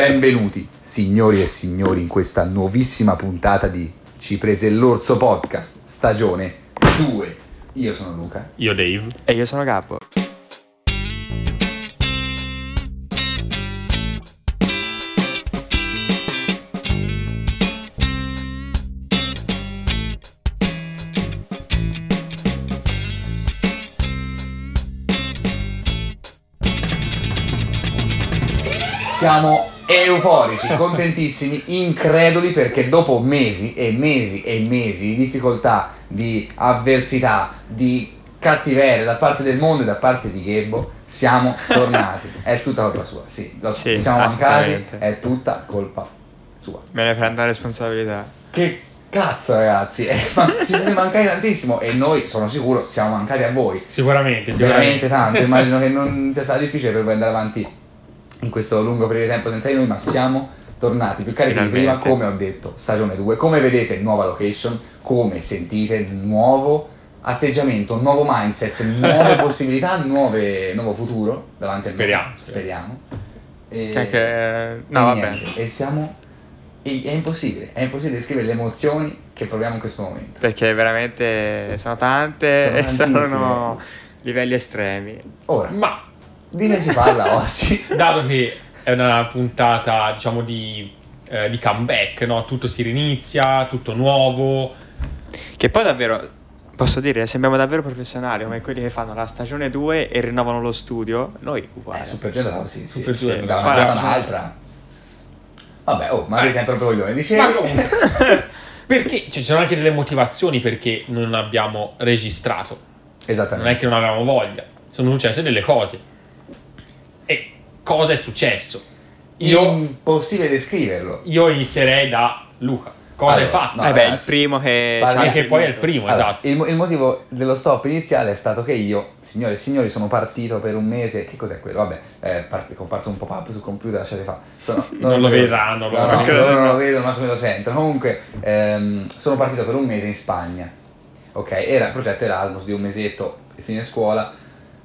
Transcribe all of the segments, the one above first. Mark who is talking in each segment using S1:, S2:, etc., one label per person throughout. S1: Benvenuti, signori e signori, in questa nuovissima puntata di Ci prese l'orso podcast, stagione 2. Io sono Luca.
S2: Io Dave.
S3: E io sono Gabbo.
S1: Siamo euforici, contentissimi, increduli perché dopo mesi e mesi e mesi di difficoltà, di avversità, di cattiveria da parte del mondo e da parte di Gabbo, siamo tornati. È tutta colpa sua, sì, lo so,
S3: Sì,
S1: ci siamo mancati,
S3: assolutamente.
S1: è tutta colpa sua.
S3: Me ne prendo la responsabilità.
S1: Che cazzo ragazzi, Eh, ma ci siete mancati tantissimo e noi, sono sicuro, siamo mancati a voi. veramente
S2: Sicuramente, sicuramente.
S1: tanto. Immagino che non sia stato difficile per voi andare avanti in questo lungo periodo di tempo senza di noi, ma siamo tornati più carichi di prima,
S3: Finalmente.
S1: come ho detto, stagione 2. Come vedete, nuova location, come sentite, nuovo atteggiamento, nuovo mindset, nuove possibilità, nuove- nuovo futuro davanti a noi.
S2: Speriamo.
S1: Speriamo. E-
S3: Cioè che...
S1: e
S3: No, vabbè.
S1: niente, E siamo... e- È impossibile, è impossibile descrivere le emozioni che proviamo in questo momento.
S3: Perché veramente sono tante
S1: Sono
S3: e sono livelli estremi.
S1: Ora,
S2: Ma
S1: di che si parla oggi?
S2: dato che è una puntata, diciamo, di, eh, di comeback, no? Tutto si rinizia, tutto nuovo.
S3: Che poi davvero... Posso dire, sembriamo davvero professionali, come quelli che fanno la stagione 2 e rinnovano lo studio. Noi uguali.
S1: Eh, Super Gelato, sì, sì.
S2: Super
S1: sì,
S2: Gelato.
S1: Da una
S3: Guarda,
S1: cosa
S3: sì.
S1: all'altra. Vabbè, oh, ma lui sempre proprio coglione. Dicevi...
S2: Ah. Ma comunque, perché cioè, ci sono anche delle motivazioni perché non abbiamo registrato. Non è
S1: Esattamente.
S2: che non avevamo voglia, sono successe delle cose. E cosa è successo? Io,
S1: Impossibile descriverlo.
S2: io inizierei da Luca. Cosa hai
S1: Allora,
S2: fatto?
S1: no,
S3: eh beh, il
S1: ragazzi,
S3: primo che...
S1: parli-
S3: ci ha
S2: Perché poi è il
S3: vinto.
S2: primo,
S1: Allora,
S2: esatto.
S1: il, mo- il motivo dello stop iniziale è stato che io, signore e signori, sono partito per un mese. Che cos'è quello? Vabbè, eh, parte- comparso un pop-up sul computer, lasciate fare. Sono-
S2: Non lo vedranno,
S1: No, no,
S2: loro.
S1: loro non lo vedono, ma se me lo sentono. Comunque, ehm, sono partito per un mese in Spagna. Ok, era il progetto Erasmus di un mesetto e fine scuola.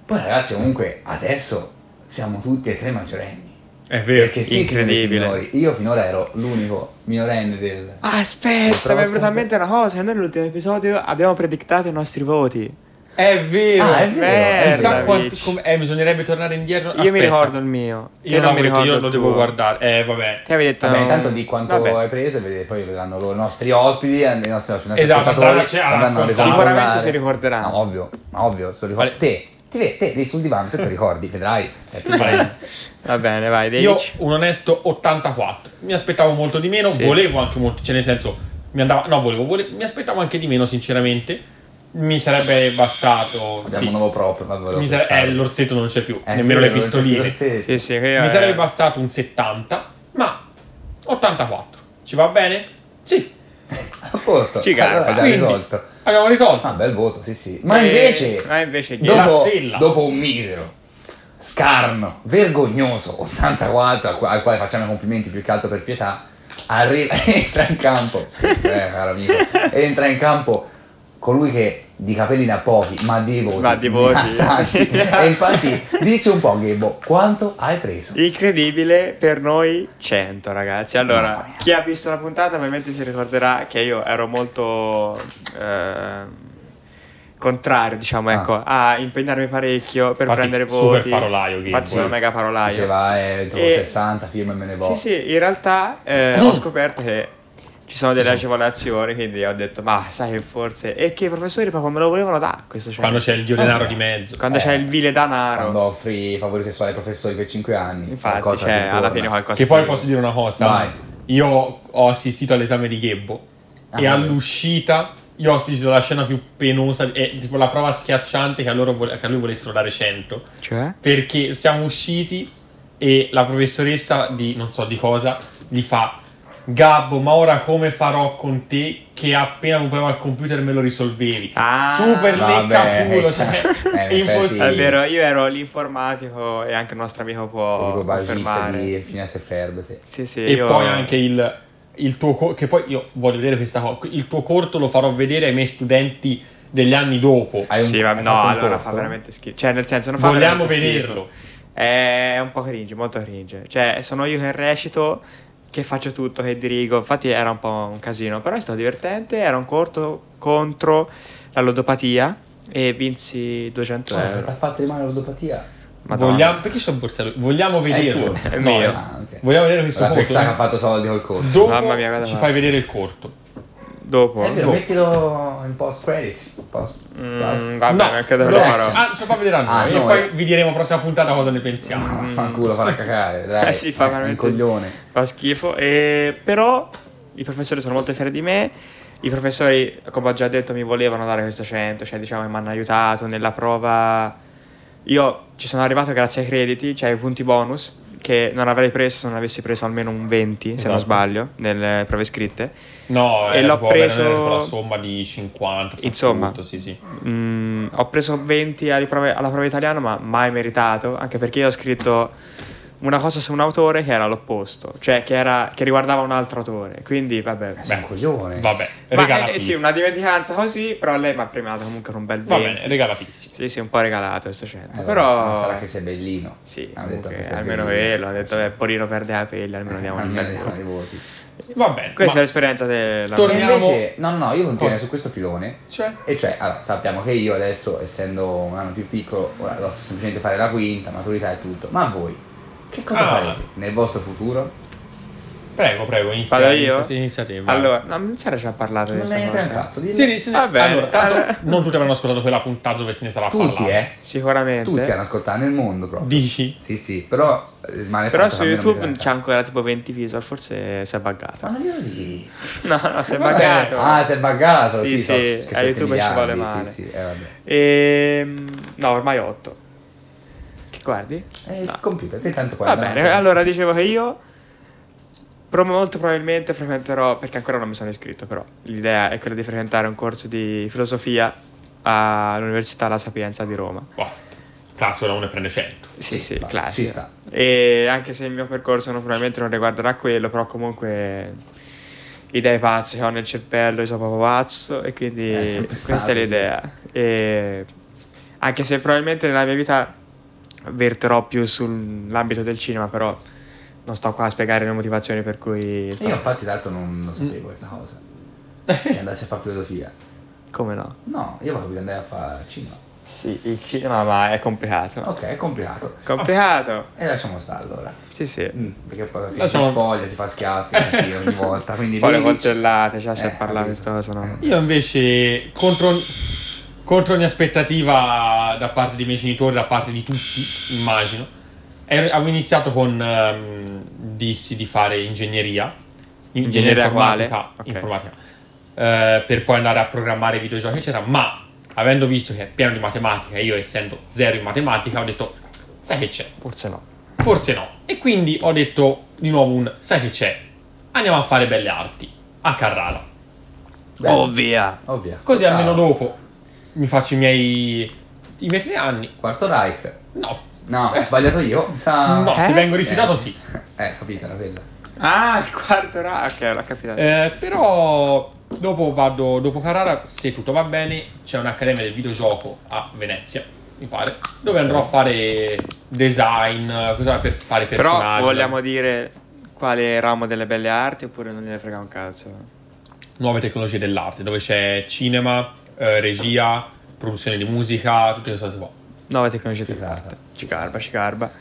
S1: Poi, ragazzi, comunque, adesso siamo tutti e tre maggiorenni.
S2: È vero.
S1: Perché sì, signori e
S3: incredibile.
S1: signori, io finora ero l'unico minorenne del.
S3: Ah, aspetta, mi è venuta in mente una cosa. che Noi nell'ultimo episodio abbiamo predictato i nostri voti.
S2: È vero,
S1: Ah, è vero,
S2: Chissà
S1: è vero,
S2: quanto-
S3: amici.
S2: com- eh, bisognerebbe tornare indietro.
S3: Io
S2: Aspetta.
S3: mi ricordo il mio. te
S2: Io, non mi
S3: mi
S2: ricordo, io
S3: il
S2: lo devo
S3: tuo.
S2: guardare. Eh, vabbè.
S3: Te avevi detto.
S1: Vabbè, intanto di quanto
S3: Vabbè.
S1: hai preso e vedete, poi vedranno loro, i nostri ospiti, eh, i nostri, i nostri
S2: Esatto,
S1: ascoltatori.
S2: andranno- cioè,
S1: andranno a
S2: ascoltare.
S1: ricollare.
S3: Sicuramente si ricorderanno.
S1: No, ovvio, ma ovvio, se lo ricordi.
S2: Vale.
S1: Te, ti vedi, te lì sul divano, te lo ricordi, vedrai. Sei più
S2: Vai.
S1: bravo.
S3: Va bene, vai, dai.
S2: Io un onesto 84. Mi aspettavo molto di meno,
S3: Sì.
S2: volevo anche molto, cioè nel senso mi andava no, volevo, vole- mi aspettavo anche di meno sinceramente. Mi sarebbe bastato
S1: Abbiamo
S2: sì.
S1: un nuovo prop, ma ve lo
S2: Mi sare-
S1: pensavo.
S2: eh, l'orsetto non c'è più,
S1: Eh,
S2: nemmeno
S1: vero,
S2: le
S1: non c'è più
S2: pistoline.
S1: l'orsetto. Eh.
S3: Sì, eh, sì, qui
S2: Mi
S3: è-
S2: sarebbe bastato un 70, ma 84. Ci va bene? Sì,
S1: A posto.
S3: Ci calma,
S1: Allora, già
S2: quindi-
S1: risolto.
S2: abbiamo risolto.
S1: Ah, bel voto, sì, sì. Ma
S3: Eh,
S1: invece,
S3: ma invece che-
S2: La
S1: dopo,
S2: sella.
S1: dopo un misero, scarno, vergognoso 84, al, qu- al quale facciamo i complimenti più che altro per pietà, arriva, entra in campo, scherzo, eh, caro amico, entra in campo colui che di capelli ne ha pochi, ma di voti.
S3: Ma di
S1: ne
S3: voti.
S1: ha tanti. e infatti, dici un po', Gebo, quanto hai preso?
S3: Incredibile per noi 100 ragazzi. Allora, chi ha visto la puntata ovviamente si ricorderà che io ero molto ehm, contrario, diciamo,
S1: Ah.
S3: ecco, a impegnarmi parecchio per
S2: Infatti,
S3: prendere
S2: super
S3: voti.
S2: parolaio, Gimbo. eh.
S3: Infatti sono
S1: Sì.
S3: mega parolaio.
S1: Diceva, eh, trovo
S3: E-
S1: 60, firma e me ne
S2: boh.
S1: vado.
S3: Sì, sì, in realtà eh, ho scoperto che ci sono delle agevolazioni, quindi ho detto, ma sai che forse... E che i professori proprio me lo volevano dare questo, cioè,
S2: Quando c'è il dio denaro di mezzo.
S3: quando
S1: eh,
S3: c'è il vile danaro.
S1: Quando offri favori sessuali ai professori per 5 anni.
S3: Infatti,
S1: qualcosa
S3: cioè,
S1: ti
S3: alla
S1: torna.
S3: fine qualcosa...
S2: Che poi
S3: di-
S2: posso dire una cosa.
S1: Vai.
S2: Io ho assistito all'esame di Ghebbo
S1: Ah, vabbè.
S2: e all'uscita io ho assistito alla scena più penosa, è tipo la prova schiacciante che a, loro vole- che a lui volessero dare 100.
S3: Cioè?
S2: Perché siamo usciti e la professoressa di non so di cosa gli fa Gabbo, ma ora come farò con te che appena un problema al computer me lo risolvevi?
S3: Ah,
S2: Super lecca
S1: vabbè.
S2: culo, cioè,
S1: Eh,
S2: è
S1: in effetti-
S3: È
S1: Sì.
S2: impossibile.
S3: vero, io ero l'informatico e anche il nostro amico
S1: Sei
S3: può
S1: tipo Bagita
S3: confermare.
S1: di Finesse Ferbete.
S3: Sì, sì,
S2: E
S3: io-
S2: poi anche il, il tuo corto, che poi io voglio vedere questa cosa, il tuo corto lo farò vedere ai miei studenti degli anni dopo.
S1: Hai un-
S3: Sì, va-
S1: hai
S3: no,
S1: fatto un
S3: allora
S1: corto?
S3: fa veramente schifo. Cioè, nel senso, non fa
S2: Vogliamo
S3: veramente schifo.
S2: vederlo.
S3: è un po' cringe, molto cringe. Cioè, sono io che recito, che faccio tutto, che dirigo. Infatti era un po' un casino, però è stato divertente. Era un corto contro la lodopatia e vinsi 200
S1: Ti Cioè, ha
S3: euro.
S1: fatto rimane l'odopatia?
S3: Madonna.
S2: Eh. Vogliamo, perché sono borsello? Vogliamo vederlo.
S3: tuo, è
S2: No,
S3: mio.
S2: no.
S1: Ah, ok.
S2: Vogliamo vedere questo
S1: La
S2: corto.
S1: Texaca ha fatto soldi col corto.
S2: Dopo
S3: Mamma mia, guarda
S2: ci
S3: qua.
S2: fai vedere il corto.
S3: Dopo.
S1: È vero,
S3: Boh.
S1: mettilo in post credit. Post, post.
S3: Mm, vabbè, anche te lo
S2: no,
S3: farò. eh.
S2: Ah, ce lo fa vedere a
S1: Ah,
S2: noi. e
S1: noi.
S2: poi vi diremo prossima puntata cosa ne pensiamo.
S1: Ah, Fanculo, farà cacare, dai.
S3: Eh sì, fa
S1: Eh,
S3: veramente-
S1: Un coglione.
S3: Fa schifo. E, però i professori sono molto fieri di me. I professori, come ho già detto, mi volevano dare questo 100, cioè diciamo che mi hanno aiutato nella prova. Io ci sono arrivato grazie ai crediti, cioè ai punti bonus, che non avrei preso se non avessi preso almeno un 20, se
S2: Esatto.
S3: non sbaglio, nelle prove scritte.
S2: No, eh,
S3: E
S2: era
S3: l'ho
S2: tipo- era- era
S3: preso-
S2: con la somma di 50.
S3: Insomma.
S2: appunto, sì, sì.
S3: Mm, ho preso 20 alle prove- alla prova italiana, ma mai meritato, anche perché io ho scritto una cosa su un autore che era l'opposto, cioè che, era, che riguardava un altro autore. Quindi, vabbè.
S1: Sei un coglione.
S2: Vabbè,
S3: Ma, eh,
S2: regalatissimo.
S3: sì, una dimenticanza così, però lei mi ha premiato comunque con un bel
S2: Va
S3: 20.
S2: bene, regalatissimo.
S3: Sì, sì, un po' regalato questo
S1: Eh,
S3: 100.
S1: vabbè,
S3: però...
S1: sarà che sei bellino.
S3: Sì,
S1: Ha detto
S3: comunque,
S1: che sei
S3: almeno
S1: bellino.
S3: quello, ha detto, beh, Porino perde i capelli, almeno diamo un
S1: Almeno
S3: bel
S1: diamo i
S3: voto.
S1: voti.
S2: Va bene.
S3: Questa è
S2: ma-
S3: l'esperienza della...
S1: E
S2: Torniamo-
S1: invece, no, no, no, io continuo
S2: Cosa?
S1: su questo filone.
S2: Cioè,
S1: E cioè, allora, sappiamo che io adesso, essendo un anno più piccolo, ora devo semplicemente fare la quinta, maturità e tutto. Ma voi, che cosa
S2: Ah.
S1: farete nel vostro futuro?
S2: prego, prego, inizia.
S3: Vado io?
S2: Inizia, inizia te, vai.
S3: Allora, no, non si era già parlato di
S1: Non
S3: questa
S1: ne frega un
S3: cosa.
S1: cazzo. dillo.
S2: Sì, sì, sì.
S3: Va bene.
S2: Allora, tanto
S3: Allora.
S2: non tutti avranno ascoltato quella puntata dove se ne sarà
S1: Tutti,
S2: parlato.
S1: eh?
S3: Sicuramente.
S1: Tutti hanno ascoltato nel mondo proprio.
S2: Dici?
S1: Sì, sì, però eh, rimane
S3: Però
S1: fatto
S3: su
S1: che a me non mi
S3: YouTube
S1: frega.
S3: c'è ancora tipo 20 visual, forse si è buggata.
S1: Ma non glielo dici.
S3: No, no, si è
S2: Vabbè.
S3: buggato.
S1: Ah, si è buggato.
S3: Sì,
S1: Sì,
S3: sì,
S1: so che
S3: a
S1: siete
S3: YouTube ci vuole
S1: miliardi,
S3: male.
S1: Sì, sì, eh, vabbè.
S3: Ehm, no, ormai 8. Che guardi?
S1: Eh,
S3: No.
S1: il computer, te tanto poi
S3: Va
S1: andiamo
S3: bene,
S1: avanti.
S3: allora dicevo che io pro- molto probabilmente frequenterò, perché ancora non mi sono iscritto però, l'idea è quella di frequentare un corso di filosofia all'Università La Sapienza di Roma.
S2: Oh, classico, uno e prende 100.
S3: Sì, sì,
S1: va, ci
S3: classico.
S1: sta.
S3: E anche se il mio percorso non- probabilmente non riguarderà quello, però comunque idee pazze che ho nel cervello, io sono proprio pazzo e quindi
S1: Eh, sempre
S3: questa
S1: stato,
S3: è l'idea. E anche se probabilmente nella mia vita verterò più sull'ambito del cinema, però non sto qua a spiegare le motivazioni per cui sto...
S1: Io infatti tanto non lo sapevo questa cosa. Che andassi a fare filosofia.
S3: Come no?
S1: No, io volevo andare a fare cinema.
S3: Sì, il cinema ma è complicato.
S1: Ok, è complicato.
S3: Complicato?
S1: E lasciamo stare allora.
S3: Sì, sì.
S1: Mm, Perché poi alla fine
S2: Lasciamo-
S1: si spoglia, si fa schiaffi, sì, ogni volta. Quindi
S3: Poi le
S1: lì-
S3: coltellate, cioè se
S1: Eh,
S3: parla
S1: capito.
S3: questa cosa no.
S2: Io invece, contro, contro ogni aspettativa da parte dei miei genitori, da parte di tutti, immagino, ero- avevo iniziato con, ehm, dissi di fare ingegneria, in-
S3: Ingegneria
S2: informatica,
S3: quale? Ok.
S2: informatica, eh, per poi andare a programmare videogiochi, eccetera, ma avendo visto che è pieno di matematica, e io essendo zero in matematica, ho detto, sai che c'è?
S3: Forse no.
S2: Forse no. E quindi ho detto di nuovo un, sai che c'è? Andiamo a fare belle arti, a Carrara.
S1: Bello,
S3: Oh, Ovvia.
S1: ovvia.
S2: Così
S1: Ah,
S2: almeno dopo mi faccio i miei. i miei tre anni.
S1: Quarto Reich.
S2: No,
S1: No, ho sbagliato io. mi Sa...
S2: no,
S3: eh?
S2: se vengo rifiutato
S1: Eh.
S2: sì.
S1: Eh, capita la quella.
S3: Ah, il quarto ra. Ok, l'ho capito.
S2: Eh, però dopo vado, dopo Carrara, se tutto va bene, c'è un'accademia del videogioco a Venezia, mi pare, dove andrò a fare design, cosa per fare
S3: Però
S2: personaggi,
S3: vogliamo dire quale ramo delle belle arti oppure non gliene frega un cazzo?
S2: nuove tecnologie dell'arte, dove c'è cinema, eh, regia, produzione di musica, tutte queste cose qua.
S3: Nuove tecnologie
S1: Figata.
S3: dell'arte. Ci garba, ci garba.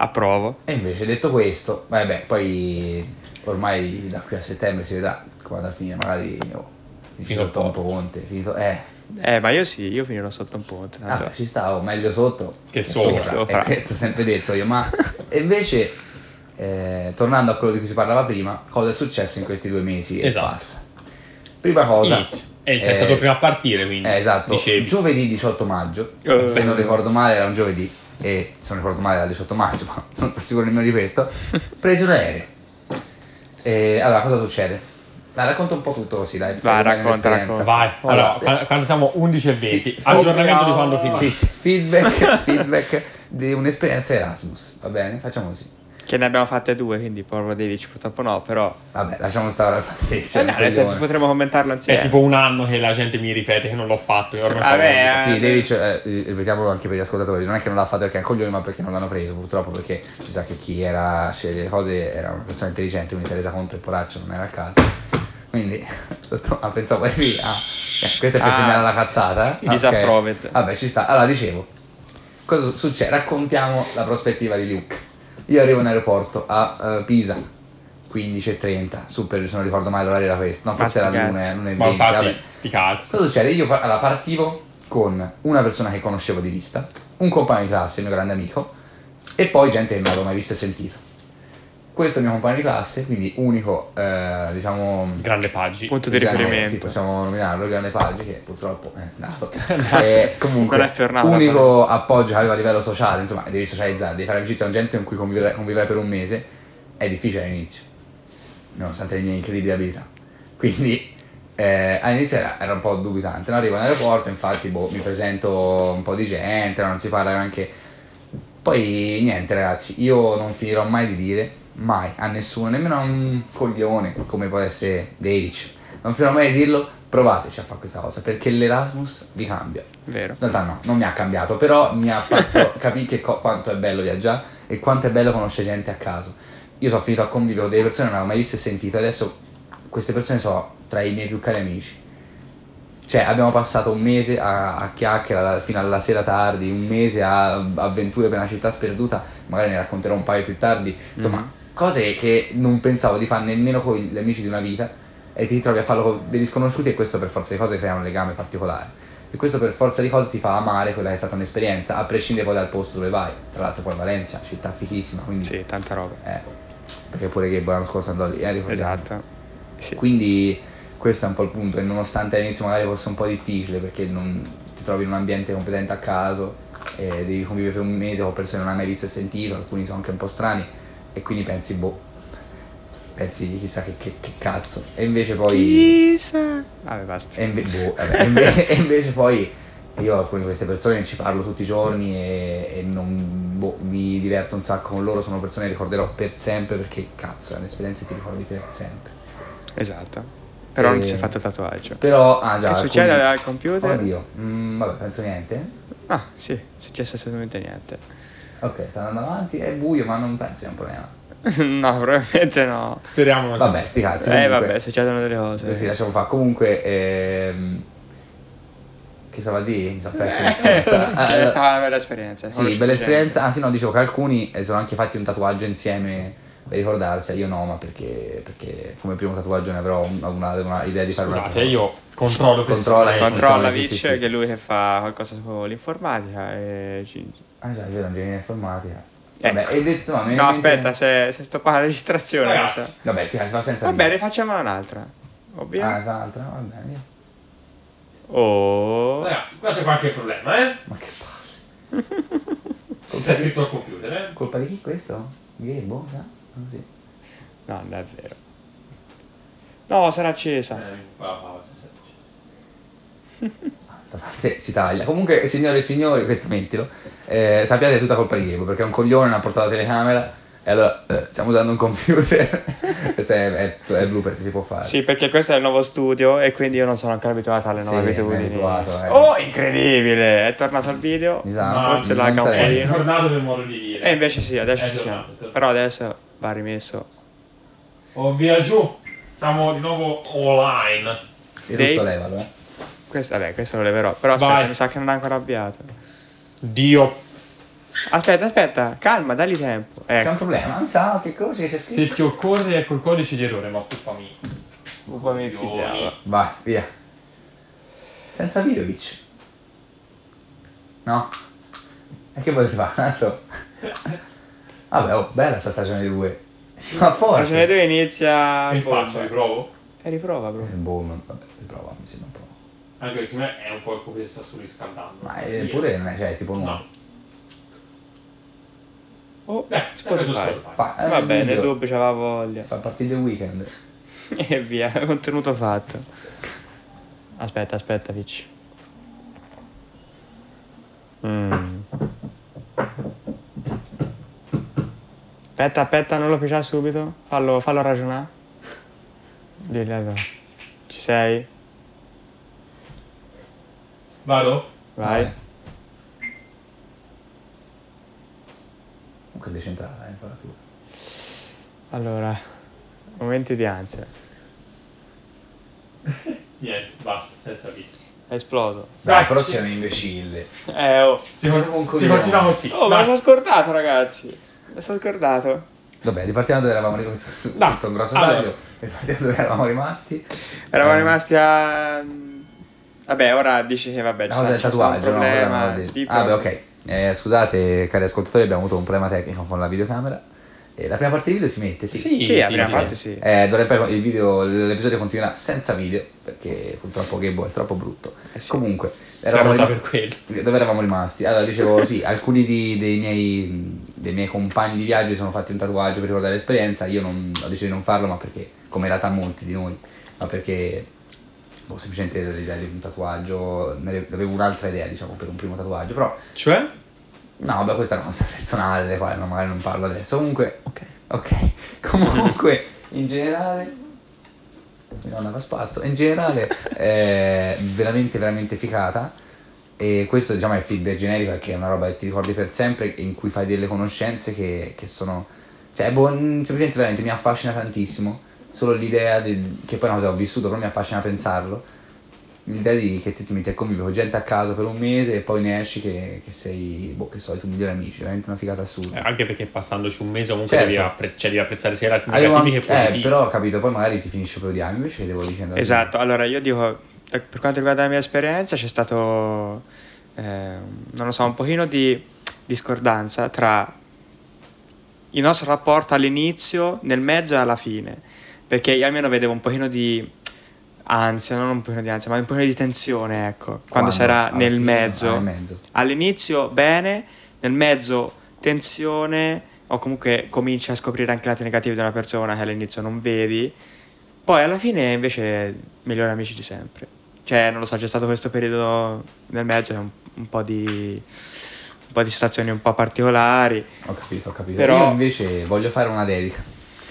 S3: Approvo.
S1: E invece detto questo, vabbè, poi ormai da qui a settembre si vedrà quando alla fine magari oh,
S2: Finito
S1: finito
S2: il
S1: sotto un
S2: podcast.
S1: ponte, finito eh,
S3: Eh, ma io sì, io finirò sotto un ponte. Tanto.
S1: ah, ci stavo meglio sotto
S2: Esatto. Che sopra.
S3: Sopra.
S1: Eh, questo ho sempre detto io, ma e invece eh, tornando a quello di cui si parlava prima, cosa è successo in questi due mesi
S2: Esatto.
S1: e passa. Prima cosa
S2: Inizio. E sei
S1: eh,
S2: stato il primo a partire, quindi.
S1: eh, esatto,
S2: Dicevi.
S1: giovedì 18 maggio,
S3: Eh.
S1: se non ricordo male era un giovedì e se non ricordo male era il 18 maggio, ma non sono sicuro nemmeno di questo, presi un aereo. E, allora, cosa succede? La racconto un po' tutto così, dai.
S3: Vai,
S1: per la mia
S3: racconta,
S1: esperienza.
S3: racconta.
S2: Vai, allora,
S1: eh,
S2: qua- quando siamo 11 e 20,
S1: Sì.
S2: aggiornamento di quando
S3: Oh.
S2: finisce.
S1: sì, sì, feedback, feedback di un'esperienza Erasmus, va bene? Facciamo così.
S3: Che ne abbiamo fatte due, quindi Paolo Davic purtroppo no, però...
S1: Vabbè, lasciamo stare al fatto che c'è
S3: Eh,
S1: un
S3: no, nel senso
S1: coglione.
S3: potremmo commentarlo
S2: È
S1: Eh.
S3: insieme.
S2: Cioè, tipo un anno che la gente mi ripete che non l'ho fatto. e ormai
S3: Vabbè,
S2: sono-
S3: eh.
S1: Sì, Davic, eh, ripetiamolo anche per gli ascoltatori, non è che non l'ha fatto perché è un coglione, ma perché non l'hanno preso purtroppo, perché si sa che chi era sceglie le cose era una persona intelligente, quindi si è resa conto che poraccio non era a caso. Quindi, ah, pensavo, eh, sì, ah, eh, questo è per
S3: Ah,
S1: segnalare la cazzata. eh?
S3: sì,
S1: Ok.
S3: disapproved.
S1: Vabbè, ci sta. Allora, dicevo, cosa su- succede? Raccontiamo la prospettiva di Luke. Io arrivo in aeroporto a eh, Pisa, 15.30, super, se non ricordo mai l'orario era questo, no,
S3: Ah, Ma
S1: forse era
S3: sti cazzi.
S1: l'1.20,
S2: Ma infatti,
S1: eh, vabbè.
S2: sti cazzi.
S1: Cosa succede? Io par- allora, partivo con una persona che conoscevo di vista, un compagno di classe, mio grande amico, e poi gente che non avevo mai visto e sentito. Questo è il mio compagno di classe, quindi unico, eh, diciamo...
S2: Grande paggi.
S3: Punto di
S1: grande-
S3: riferimento.
S1: Sì, possiamo nominarlo, il grande Paggi, che purtroppo è andato. E comunque,
S3: Quella è tornata,
S1: unico
S3: Lorenzo.
S1: appoggio che aveva a livello sociale, insomma, devi socializzare, devi fare amicizia con gente con cui convivere, convivere per un mese, è difficile all'inizio, nonostante le mie incredibili abilità. Quindi eh, all'inizio era, era un po' dubitante, no? arrivo in aeroporto, infatti boh, mi presento un po' di gente, no? non si parla neanche... Poi niente ragazzi, io non finirò mai di dire, mai, a nessuno, nemmeno a un coglione come può essere Davic, non finirò mai di dirlo, provateci a fare questa cosa, perché l'Erasmus vi cambia.
S3: Vero.
S1: In realtà no, non mi ha cambiato, però mi ha fatto capire che co- quanto è bello viaggiare e quanto è bello conoscere gente a caso. Io sono finito a convivere con delle persone che non avevo mai visto e sentito, adesso queste persone sono tra i miei più cari amici. Cioè, abbiamo passato un mese a, a chiacchiera fino alla sera tardi, un mese a avventure per una città sperduta, magari ne racconterò un paio più tardi. Insomma,
S3: Mhm.
S1: cose che non pensavo di fare nemmeno con gli amici di una vita e ti trovi a farlo con degli sconosciuti e questo per forza di cose crea un legame particolare. E questo per forza di cose ti fa amare quella che è stata un'esperienza, a prescindere poi dal posto dove vai. Tra l'altro poi Valencia, città fichissima, quindi...
S3: Sì, tanta roba.
S1: eh, perché pure che l'anno scorso andò lì, eh, ricordiamo.
S3: Esatto. Sì.
S1: Quindi questo è un po' il punto, e nonostante all'inizio magari fosse un po' difficile perché non ti trovi in un ambiente competente a caso, e devi convivere per un mese con persone che non hai mai visto e sentito, alcuni sono anche un po' strani, e quindi pensi, boh, pensi chissà che, che- che cazzo. E invece poi...
S3: Chissà. Vabbè, basta.
S1: E, inve- boh, vabbè, e inve- e invece poi io alcune di queste persone ci parlo tutti i giorni e, e non, boh, mi diverto un sacco con loro, sono persone che ricorderò per sempre perché cazzo, è un'esperienza che ti ricordi per sempre.
S3: Esatto. Però non
S1: Eh,
S3: si è fatto tatuaggio.
S1: Però, ah già,
S3: Che succede
S1: alcuni-
S3: al computer?
S1: Oddio, mm, vabbè, penso niente.
S3: Ah, sì, è successo assolutamente niente.
S1: Ok, sta andando avanti, è buio, ma non penso sia un problema.
S3: no, probabilmente no.
S2: Speriamo. non sia-
S1: Vabbè, sti cazzi.
S3: eh,
S1: comunque,
S3: vabbè, succedono delle cose.
S1: Così lasciamo fare. Comunque, ehm, che stava a dire? Mi sono perso il discorso. Ah,
S3: Eh, è
S1: eh,
S3: stata una bella esperienza.
S1: Sì, bella esperienza. Ah sì, no, dicevo che alcuni eh, sono anche fatti un tatuaggio insieme per ricordarsi. Io no, ma perché, perché come primo tatuaggio ne avrò un- una, una idea di fare
S2: Scusate,
S1: una
S2: io controllo questo.
S1: Controlla che-
S3: Controlla
S1: Sì, sì,
S3: Vic,
S1: sì, sì.
S3: che è lui che fa qualcosa sull'informatica. E... ci-
S1: Ah già, è vero, ingegneria informatica.
S3: Ecco.
S1: Vabbè, hai detto... No, mi-
S3: No,
S1: mi-
S3: aspetta, se, se stoppa la registrazione.
S2: Ragazzi.
S3: adesso-
S1: Vabbè, sì, va senza...
S3: Va bene,
S1: dire.
S3: facciamola un'altra. Ovvio.
S1: Ah, fa un'altra, va bene.
S3: Oh.
S2: Ragazzi, qua c'è qualche problema, eh?
S1: Ma che palle.
S2: È tutto al computer, eh?
S1: Colpa di chi questo? Gebo? sa? Non si-
S3: No, non è vero. No, sarà accesa.
S2: Eh, qua la pausa, se-
S1: Questa parte si taglia. Comunque, signore e signori, questo mentilo, eh, sappiate che è tutta colpa di Gebo perché è un coglione, non ha portato la telecamera e allora eh, stiamo usando un computer. questo è, è, è blooper, se si può fare.
S3: Sì, perché questo è il nuovo studio e quindi io non sono ancora abituato alle nuove
S1: Sì,
S3: abitudini.
S1: ben abituato, eh.
S3: Oh, incredibile! È tornato il video.
S1: Mi sa,
S2: Ma
S3: Forse la
S1: non
S3: cambio
S1: sarei-
S3: io.
S2: È tornato per modo di dire.
S3: E invece sì, adesso
S2: È
S3: ci siamo.
S2: tornato, è tornato.
S3: Però adesso va rimesso.
S2: Oh, via giù. Siamo di nuovo online.
S1: Io
S3: Dave-
S1: tutto levalo, eh.
S3: Questo, vabbè, questo lo leverò. Però aspetta,
S2: Vai.
S3: mi sa che non è ancora avviato.
S2: Dio.
S3: Aspetta, aspetta, calma, dagli tempo.
S1: C'è un
S3: Ecco.
S1: problema? Non so che cosa c'è
S2: Se
S1: scritto.
S2: ti occorre è col codice di errore, ma puppa mia.
S3: Un po' mi
S1: eh.
S3: pisiava.
S1: Vai, via. Senza Vidovic. No? E che volete fare? Tanto. Vabbè, oh, bella sta stagione 2. Si fa forte.
S3: Stagione 2 inizia.
S2: Che
S3: bomba.
S2: faccio? Riprovo?
S3: E riprova, bro.
S1: Eh, Boh, non- vabbè, riprova, mi sembra un po'.
S2: Anche perché secondo me è un po' come se sta surriscaldando.
S1: Ma eppure non è, cioè, è tipo nuovo.
S2: No.
S3: Oh,
S2: Eh,
S3: si può
S2: sempre
S3: fare.
S2: Spotify.
S1: Fa- eh,
S3: Va bene,
S1: dubbio.
S3: dubbio, c'aveva voglia.
S1: Fa partire il weekend.
S3: E via, contenuto fatto. Aspetta, aspetta, Vic. Mm. Aspetta, aspetta, non lo piace subito. Fallo, fallo ragionare. Dillo allora. Ci sei?
S2: Vado?
S3: Vai.
S1: Vabbè. Comunque decentrata, eh, impara tu.
S3: Allora, momenti di ansia.
S2: Niente, basta, senza vita.
S3: È esploso.
S1: Dai,
S2: Dai,
S1: però
S2: sì.
S1: sei un imbecille.
S3: Eh, oh.
S2: Se,
S1: Siamo
S2: con-
S1: un
S2: se
S1: coglione.
S2: continuiamo così.
S3: Oh, ma
S2: Dai.
S3: mi sono scordato, ragazzi. Mi sono scordato.
S1: Vabbè, ripartiamo da dove eravamo rimasti.
S2: No.
S1: Tutto un grosso
S2: Allora.
S1: taglio. Ripartiamo da dove eravamo rimasti.
S3: Eravamo
S1: Eh,
S3: rimasti a... mm, Vabbè, ora dici che vabbè,
S1: La
S3: ci
S1: cosa
S3: sta,
S1: del
S3: c'è stato un
S1: tatuaggio, no? Quello non
S3: problema.
S1: l'ho detto.
S3: tipo-
S1: Ah, beh, ok. Eh, scusate, cari ascoltatori, abbiamo avuto un problema tecnico con la videocamera. Eh, la prima parte del video si mette, sì.
S3: Sì,
S2: Sì,
S3: la
S2: sì,
S3: prima
S2: sì.
S3: parte sì.
S1: Eh, d'ora in poi il video, l'episodio continuerà senza video, perché purtroppo Gabbo è troppo brutto.
S3: Eh sì.
S1: Comunque,
S2: Era rotta
S1: rimasti-
S2: per quello.
S1: Dove eravamo rimasti? Allora, dicevo sì, alcuni di- dei, miei, dei miei compagni di viaggio si sono fatti un tatuaggio per ricordare l'esperienza. Io non, ho deciso di non farlo, ma perché, come in realtà molti di noi, ma perché boh, semplicemente l'idea di un tatuaggio, ne ave- avevo un'altra idea, diciamo, per un primo tatuaggio. Però,
S2: Cioè?
S1: no, beh, questa è una cosa personale, della quale non- magari non parlo adesso. Comunque,
S3: Ok.
S1: ok, comunque, in generale. Mi nonna fa spasso. In generale, è veramente, veramente ficata. E questo diciamo è il feedback generico, è che è una roba che ti ricordi per sempre, in cui fai delle conoscenze che, che sono... Cioè, boh, mm, semplicemente veramente mi affascina tantissimo, solo l'idea di- che poi è una cosa che ho vissuto, però mi affascina pensarlo, l'idea di che ti, ti metti a convivere con gente a caso per un mese e poi ne esci che, che sei, boh, che so, i tuoi migliori amici, veramente una figata assurda.
S2: Eh, Anche perché passandoci un mese comunque
S1: Certo.
S2: devi, appre- cioè, devi apprezzare sia i
S1: Avevo
S2: negativi
S1: anche-
S2: che i positivi.
S1: eh, però ho capito, poi magari ti finisci per odiare, invece devo dire
S3: Esatto, allora io dico, da- per quanto riguarda la mia esperienza, c'è stato, eh, non lo so, un pochino di discordanza tra il nostro rapporto all'inizio, nel mezzo e alla fine, perché io almeno vedevo un pochino di ansia, non un pochino di ansia, ma un pochino di tensione, ecco, quando, c'era
S1: alla
S3: nel
S1: fine, Ah,
S3: mezzo.
S1: nel mezzo.
S3: All'inizio bene, nel mezzo tensione o comunque cominci a scoprire anche lati negativi di una persona che all'inizio non vedi, poi alla fine invece migliori amici di sempre. Cioè, non lo so, c'è stato questo periodo nel mezzo che è un, un po' di un po' di situazioni un po' particolari.
S1: Ho capito, ho capito.
S3: Però-
S1: Io invece voglio fare una dedica.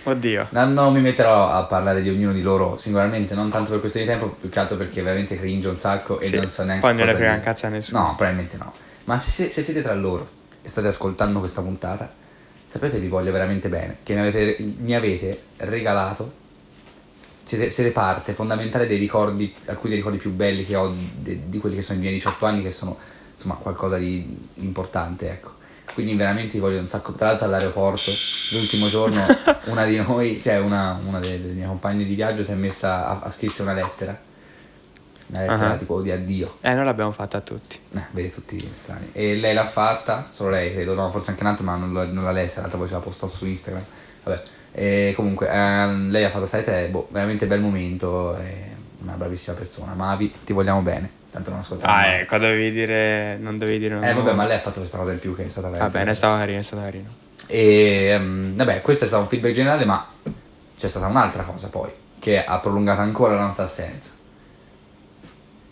S3: Oddio.
S1: No, non mi metterò a parlare di ognuno di loro singolarmente, non tanto per questione di tempo, più che altro perché veramente cringe un sacco e
S3: Sì,
S1: non so neanche
S3: poi non
S1: cosa
S3: le frega
S1: dire.
S3: un cazzo a nessuno.
S1: No, probabilmente no. Ma se, se- se siete tra loro e state ascoltando questa puntata, sapete che vi voglio veramente bene, che mi avete, mi avete regalato, siete, siete parte fondamentale dei ricordi, alcuni dei ricordi più belli che ho de- di quelli che sono i miei 18 anni, che sono insomma qualcosa di importante, ecco. Quindi veramente vi voglio un sacco. Tra l'altro all'aeroporto, l'ultimo giorno, una di noi, cioè una, una delle, delle mie compagne di viaggio, si è messa a, a scrisse una lettera. Una lettera
S3: Ah.
S1: tipo di addio.
S3: Eh, noi l'abbiamo fatta a tutti.
S1: Eh, vedi tutti strani. E lei l'ha fatta, solo lei credo, no, forse anche un altro, ma non, l'ha- non l'ha lessa, l'altra poi ce la postò su Instagram. Vabbè. E comunque, ehm, lei ha fatto sai te, boh, veramente bel momento, è una bravissima persona. Mavi, ti vogliamo bene. Tanto non ascoltiamo.
S3: Ah,
S1: mai.
S3: ecco, dovevi dire non dovevi dire
S1: Eh, vabbè, ma lei ha fatto questa cosa in più che è stata
S3: Va
S1: veramente.
S3: bene, stava carino, stava carino.
S1: E ehm, vabbè, questo è stato un feedback generale, ma c'è stata un'altra cosa poi che ha prolungato ancora la nostra assenza.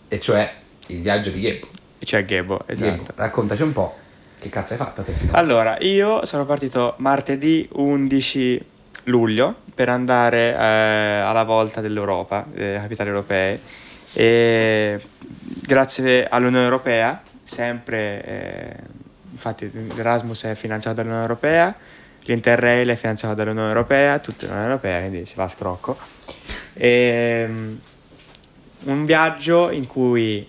S1: E cioè il viaggio di Gabbo.
S3: Cioè Gebo, esatto.
S1: Gabbo, raccontaci un po' che cazzo hai fatto te finora.
S3: Allora, io sono partito martedì 11 luglio per andare eh, alla volta dell'Europa, delle capitali europee. E grazie all'Unione Europea, sempre, eh, infatti l'Erasmus è finanziato dall'Unione Europea, l'Interrail è finanziato dall'Unione Europea, tutta l'Unione Europea, quindi si va a scrocco. Ehm, un viaggio in cui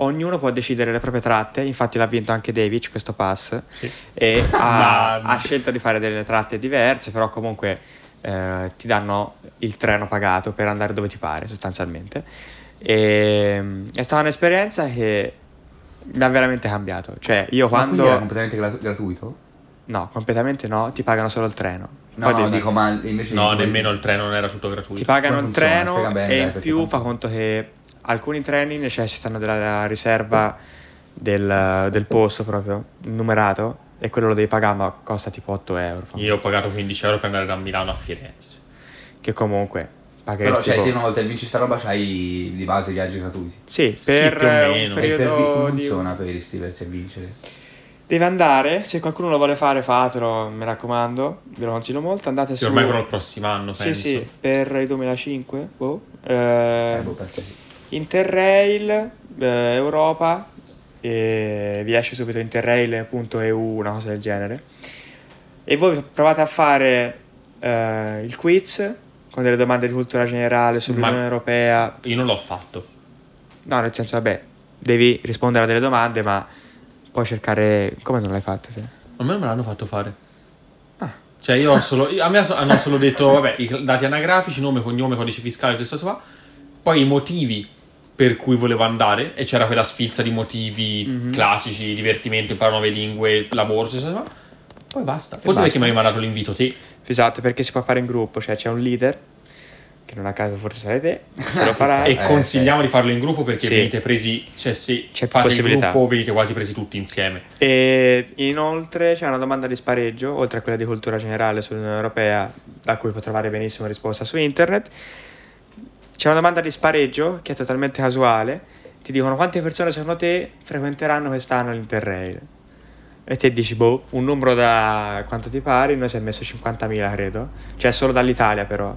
S3: ognuno può decidere le proprie tratte, infatti l'ha vinto anche Davic questo pass
S2: Sì.
S3: e ha,
S2: Ma-
S3: ha scelto di fare delle tratte diverse, però comunque eh, ti danno il treno pagato per andare dove ti pare sostanzialmente. E, è stata un'esperienza che mi ha veramente cambiato. Cioè, io
S1: Ma quindi era
S3: quando...
S1: completamente gratu- gratuito?
S3: No, completamente no, ti pagano solo il treno.
S1: No,
S3: devi-
S1: no, dico, ma invece...
S2: No,
S1: tipo-
S2: nemmeno il treno non era tutto
S3: Ti
S2: gratuito.
S3: pagano
S1: come
S3: il
S1: funziona?
S3: treno
S1: Spiega bene,
S3: e
S1: dai,
S3: in
S1: perché
S3: più
S1: tanto-
S3: fa conto che alcuni treni necessitano della riserva del, del posto proprio numerato e quello lo devi pagare ma costa tipo 8 euro. fa
S2: Io ho pagato 15 euro per andare da Milano a Firenze.
S3: che comunque
S1: Però,
S3: pagheresti
S1: cioè,
S3: boh.
S1: te una volta che vinci sta roba c'hai di base viaggi gratuiti.
S3: sì,
S2: Sì,
S3: per
S2: più o meno.
S3: eh, un
S2: E
S1: E per vi-
S3: periodo
S1: come
S3: di... Eh.
S1: funziona per iscriversi e vincere?
S3: Deve andare, se qualcuno lo vuole fare fatelo, mi raccomando, ve lo consiglio molto, andate
S2: Sì,
S3: su...
S2: ormai però il prossimo anno,
S3: Sì,
S2: penso.
S3: sì, per il 2005, boh. Eh,
S1: Eh, boh, penso sì.
S3: Interrail, eh, Europa, e vi esce subito interrail.eu, una cosa del genere. E voi provate a fare eh, il quiz con delle domande di cultura generale
S2: Sì,
S3: sull'Unione
S2: ma-
S3: Europea.
S2: Io non l'ho fatto.
S3: No, nel senso, vabbè, devi rispondere a delle domande, ma puoi cercare... Come non l'hai fatto? Sì.
S2: A me non me l'hanno fatto fare. Cioè, io ho solo. io- a me so- hanno solo detto, vabbè, i dati anagrafici, nome, cognome, codice fiscale, questo cose qua. Poi i motivi per cui volevo andare, e c'era quella sfilza di motivi
S3: Mhm.
S2: classici, divertimento, imparare nuove lingue, lavoro, queste cose qua. Poi basta. Forse
S3: basta.
S2: perché mi avevi mandato l'invito te.
S3: Esatto, perché si può fare in gruppo, cioè c'è un leader, che non a caso forse sarai te, se lo
S2: E
S3: farai.
S1: Eh,
S2: consigliamo di farlo in gruppo perché
S3: Sì.
S2: venite presi. Cioè, se
S3: C'è
S2: fate il
S3: possibilità.
S2: gruppo, venite quasi presi tutti insieme.
S3: E inoltre c'è una domanda di spareggio, oltre a quella di cultura generale sull'Unione Europea, da cui puoi trovare benissimo risposta su internet. C'è una domanda di spareggio che è totalmente casuale. Ti dicono quante persone secondo te frequenteranno quest'anno l'Interrail? E te dici, boh, un numero da quanto ti pari, noi si è messo 50.000 credo, cioè solo dall'Italia però.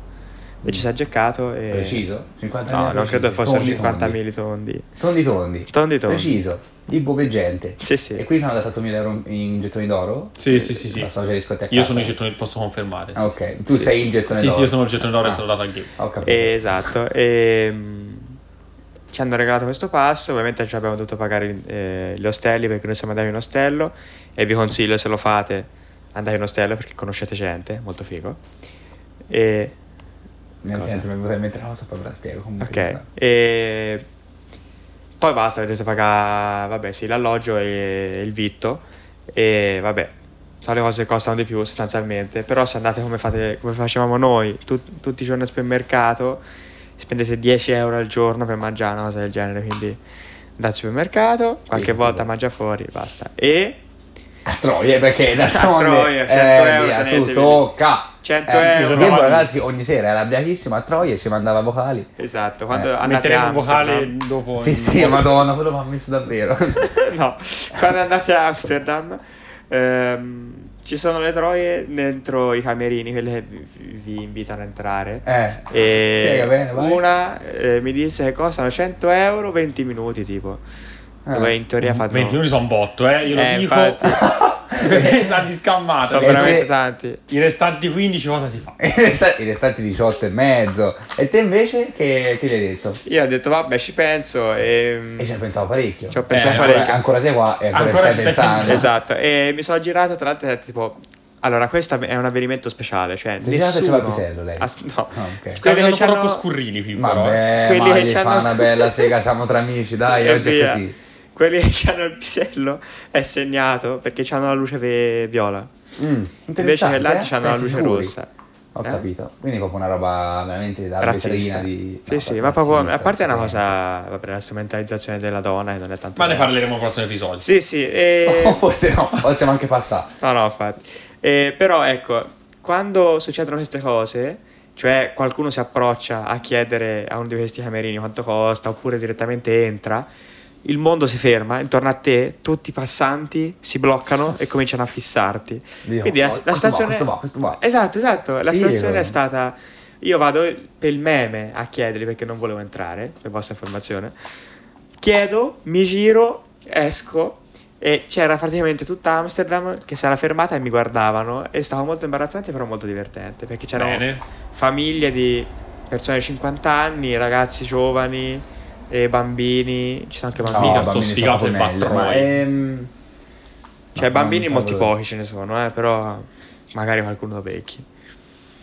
S3: E ci si è aggeccato e...
S1: Preciso? 50.000
S3: No, non
S1: preciso.
S3: credo fossero
S1: Tondi,
S3: 50.000 tondi.
S1: Tondi tondi.
S3: Tondi tondi.
S1: Preciso. Il bovegente.
S3: Sì, sì.
S1: E qui ti hanno dato 8.000 euro in gettoni d'oro?
S2: Sì, sì, sì. sì.
S1: La so già riscotta a
S2: Eh, Io
S1: casa.
S2: sono il gettone, posso confermare. sì.
S1: Ah, ok. Tu
S3: Sì,
S1: sei
S3: sì.
S1: il gettone
S2: Sì,
S1: d'oro.
S2: sì, io sono il gettone d'oro
S1: Ah,
S2: e sono andato al game.
S1: Ho capito.
S3: Eh, Esatto, e, mm, ci hanno regalato questo pass, ovviamente ci abbiamo dovuto pagare eh, gli ostelli perché noi siamo andati in ostello e vi consiglio se lo fate andate in ostello perché conoscete gente, molto figo. E,
S1: Mi
S3: cosa?
S1: sento, mi è venuta in mente una cosa, poi ve la spiego. Comunque,
S3: ok, e poi basta, avete dovuto pagare vabbè, sì, l'alloggio e il vitto e vabbè, sono le cose che costano di più sostanzialmente, però se andate come, fate- come facevamo noi tut- tutti i giorni al supermercato spendete 10 euro al giorno per mangiare una cosa del genere, quindi andate al supermercato, qualche
S1: Sì,
S3: volta
S1: sì.
S3: mangia fuori, basta. E
S1: A troie, perché da
S3: troie, 100 euro
S1: su
S3: tenetevi.
S1: tocca.
S3: 100
S1: Eh,
S3: euro.
S1: Gimbo,
S2: Bisogna-
S1: ragazzi, ogni sera era bianchissimo a troie, ci mandava vocali.
S3: esatto, quando
S1: Eh,
S3: andate a
S2: Metteremo un vocale
S3: Amsterdam-
S2: dopo.
S1: Sì,
S2: in-
S1: sì, madonna, quello mi ha messo davvero.
S3: no, quando andate a Amsterdam ehm, ci sono le troie dentro i camerini, quelle che vi- vi invitano a entrare.
S1: eh.
S3: E
S1: Sì, va bene, vai.
S3: una eh, mi disse che costano 100 euro 20 minuti tipo.
S1: Ah.
S3: Dove in teoria fatto
S2: 20 Mm, minuti sono botto, eh, io lo
S3: Eh,
S2: dico. Ah,
S3: infatti.
S2: Perché sa di scammata.
S3: sono
S1: Eh,
S3: veramente
S1: te-
S3: tanti.
S2: I restanti 15 cosa si fa?
S1: I restanti- i restanti 18 e mezzo. E te invece che, che gli hai detto?
S3: Io ho detto vabbè ci penso
S1: E ci
S3: e mm,
S1: ho pensato parecchio.
S3: ci ho pensato
S2: Eh,
S3: parecchio.
S1: Ancora- Ancora sei qua e ancora,
S2: Ancora
S1: ci
S2: ci
S1: stai
S2: stai
S1: pensando.
S3: Esatto, e mi sono girato tra l'altro e ho detto, tipo, allora questo è un avvenimento speciale, cioè
S1: Ti sei girato e
S3: nessuno...
S1: c'era Pisello, lei?
S3: Ass- no,
S1: Ah, ok.
S2: Stiamo
S3: Quelli che
S2: diventando troppo
S3: c'hanno-
S2: scurrini qui, però. eh.
S1: Vabbè,
S3: Quelli
S1: ma
S3: che
S1: gli
S3: c'hanno-
S1: fa una bella sega, siamo tra amici, dai,
S3: E
S1: oggi è
S3: via.
S1: così.
S3: Quelli che hanno il pisello è segnato perché hanno la luce ve- viola.
S1: Mm,
S3: Invece
S1: interessante,
S3: quell'altro
S1: eh?
S3: hanno la
S1: Pezzi
S3: luce
S1: sicuri.
S3: rossa.
S1: Ho
S3: Eh?
S1: capito. Quindi è proprio una roba veramente da vetrina
S3: Razzista.
S1: di...
S3: sì,
S1: no,
S3: sì, ma proprio a
S1: razzista,
S3: parte è una
S1: veramente.
S3: cosa, vabbè, la strumentalizzazione della donna che non è tanto
S2: Ma ne
S3: bella.
S2: parleremo al prossimo episodio.
S3: Sì, sì, e...
S1: Oh, forse no, possiamo anche passare.
S3: No, no, infatti. Eh, però ecco, quando succedono queste cose, cioè qualcuno si approccia a chiedere a uno di questi camerini quanto costa, oppure direttamente entra, il mondo si ferma, intorno a te tutti i passanti si bloccano e cominciano a fissarti.
S1: Dico,
S3: Quindi la,
S1: oh,
S3: la
S1: questo va,
S3: situazione...
S1: questo va, questo va.
S3: Esatto, esatto, la
S1: Figo.
S3: situazione è stata... Io vado per il meme a chiederli perché non volevo entrare, per vostra informazione. Chiedo, mi giro, esco e c'era praticamente tutta Amsterdam che si era fermata e mi guardavano e stava molto imbarazzante però molto divertente perché c'erano
S2: Bene.
S3: famiglie di persone di 50 anni, ragazzi giovani e bambini, ci sono anche
S1: No,
S3: bambini,
S2: Mica sto
S1: bambini
S2: sfigato
S1: sono
S2: e
S1: pennelli,
S2: battroi.
S1: ma, ehm,
S3: cioè
S1: no,
S3: bambini
S1: non
S3: molti
S1: cavolo.
S3: pochi ce ne sono, eh, però magari qualcuno lo becchi.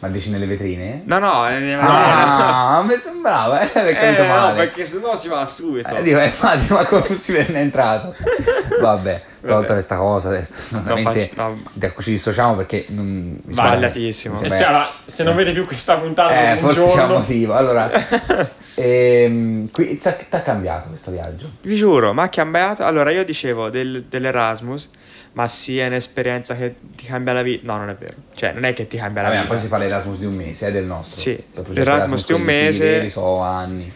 S1: Ma dici nelle vetrine?
S3: No, no, eh,
S1: Ah, mi sembrava, eh, perché
S3: Eh,
S1: capito
S3: no,
S1: male.
S3: perché sennò si va subito.
S1: Eh, dico, eh, infatti, ma come è possibile che non è entrato? Vabbè, tolta
S3: Vabbè.
S1: questa cosa, adesso veramente
S3: faccio- no.
S1: da cui ci dissociamo perché non mi sbaglio.
S3: Sbagliatissimo.
S1: Mi
S2: E
S1: sembra-
S2: se, allora, se non vede più questa puntata
S1: eh,
S2: un
S1: forse c'è un
S2: giorno,
S1: motivo. Allora, ehm, qui ti ha cambiato questo viaggio.
S3: Vi giuro, ma ha cambiato. Allora, io dicevo del- dell'Erasmus, ma sì, è un'esperienza che ti cambia la vita. No, non è vero. Cioè, non è che ti cambia la
S1: Vabbè,
S3: vita.
S1: poi si fa l'Erasmus di un mese, è del eh, nostro.
S3: Sì,
S1: Dopo c'è
S3: l'Erasmus di un
S1: quelli
S3: mese.
S1: veri, so, anni.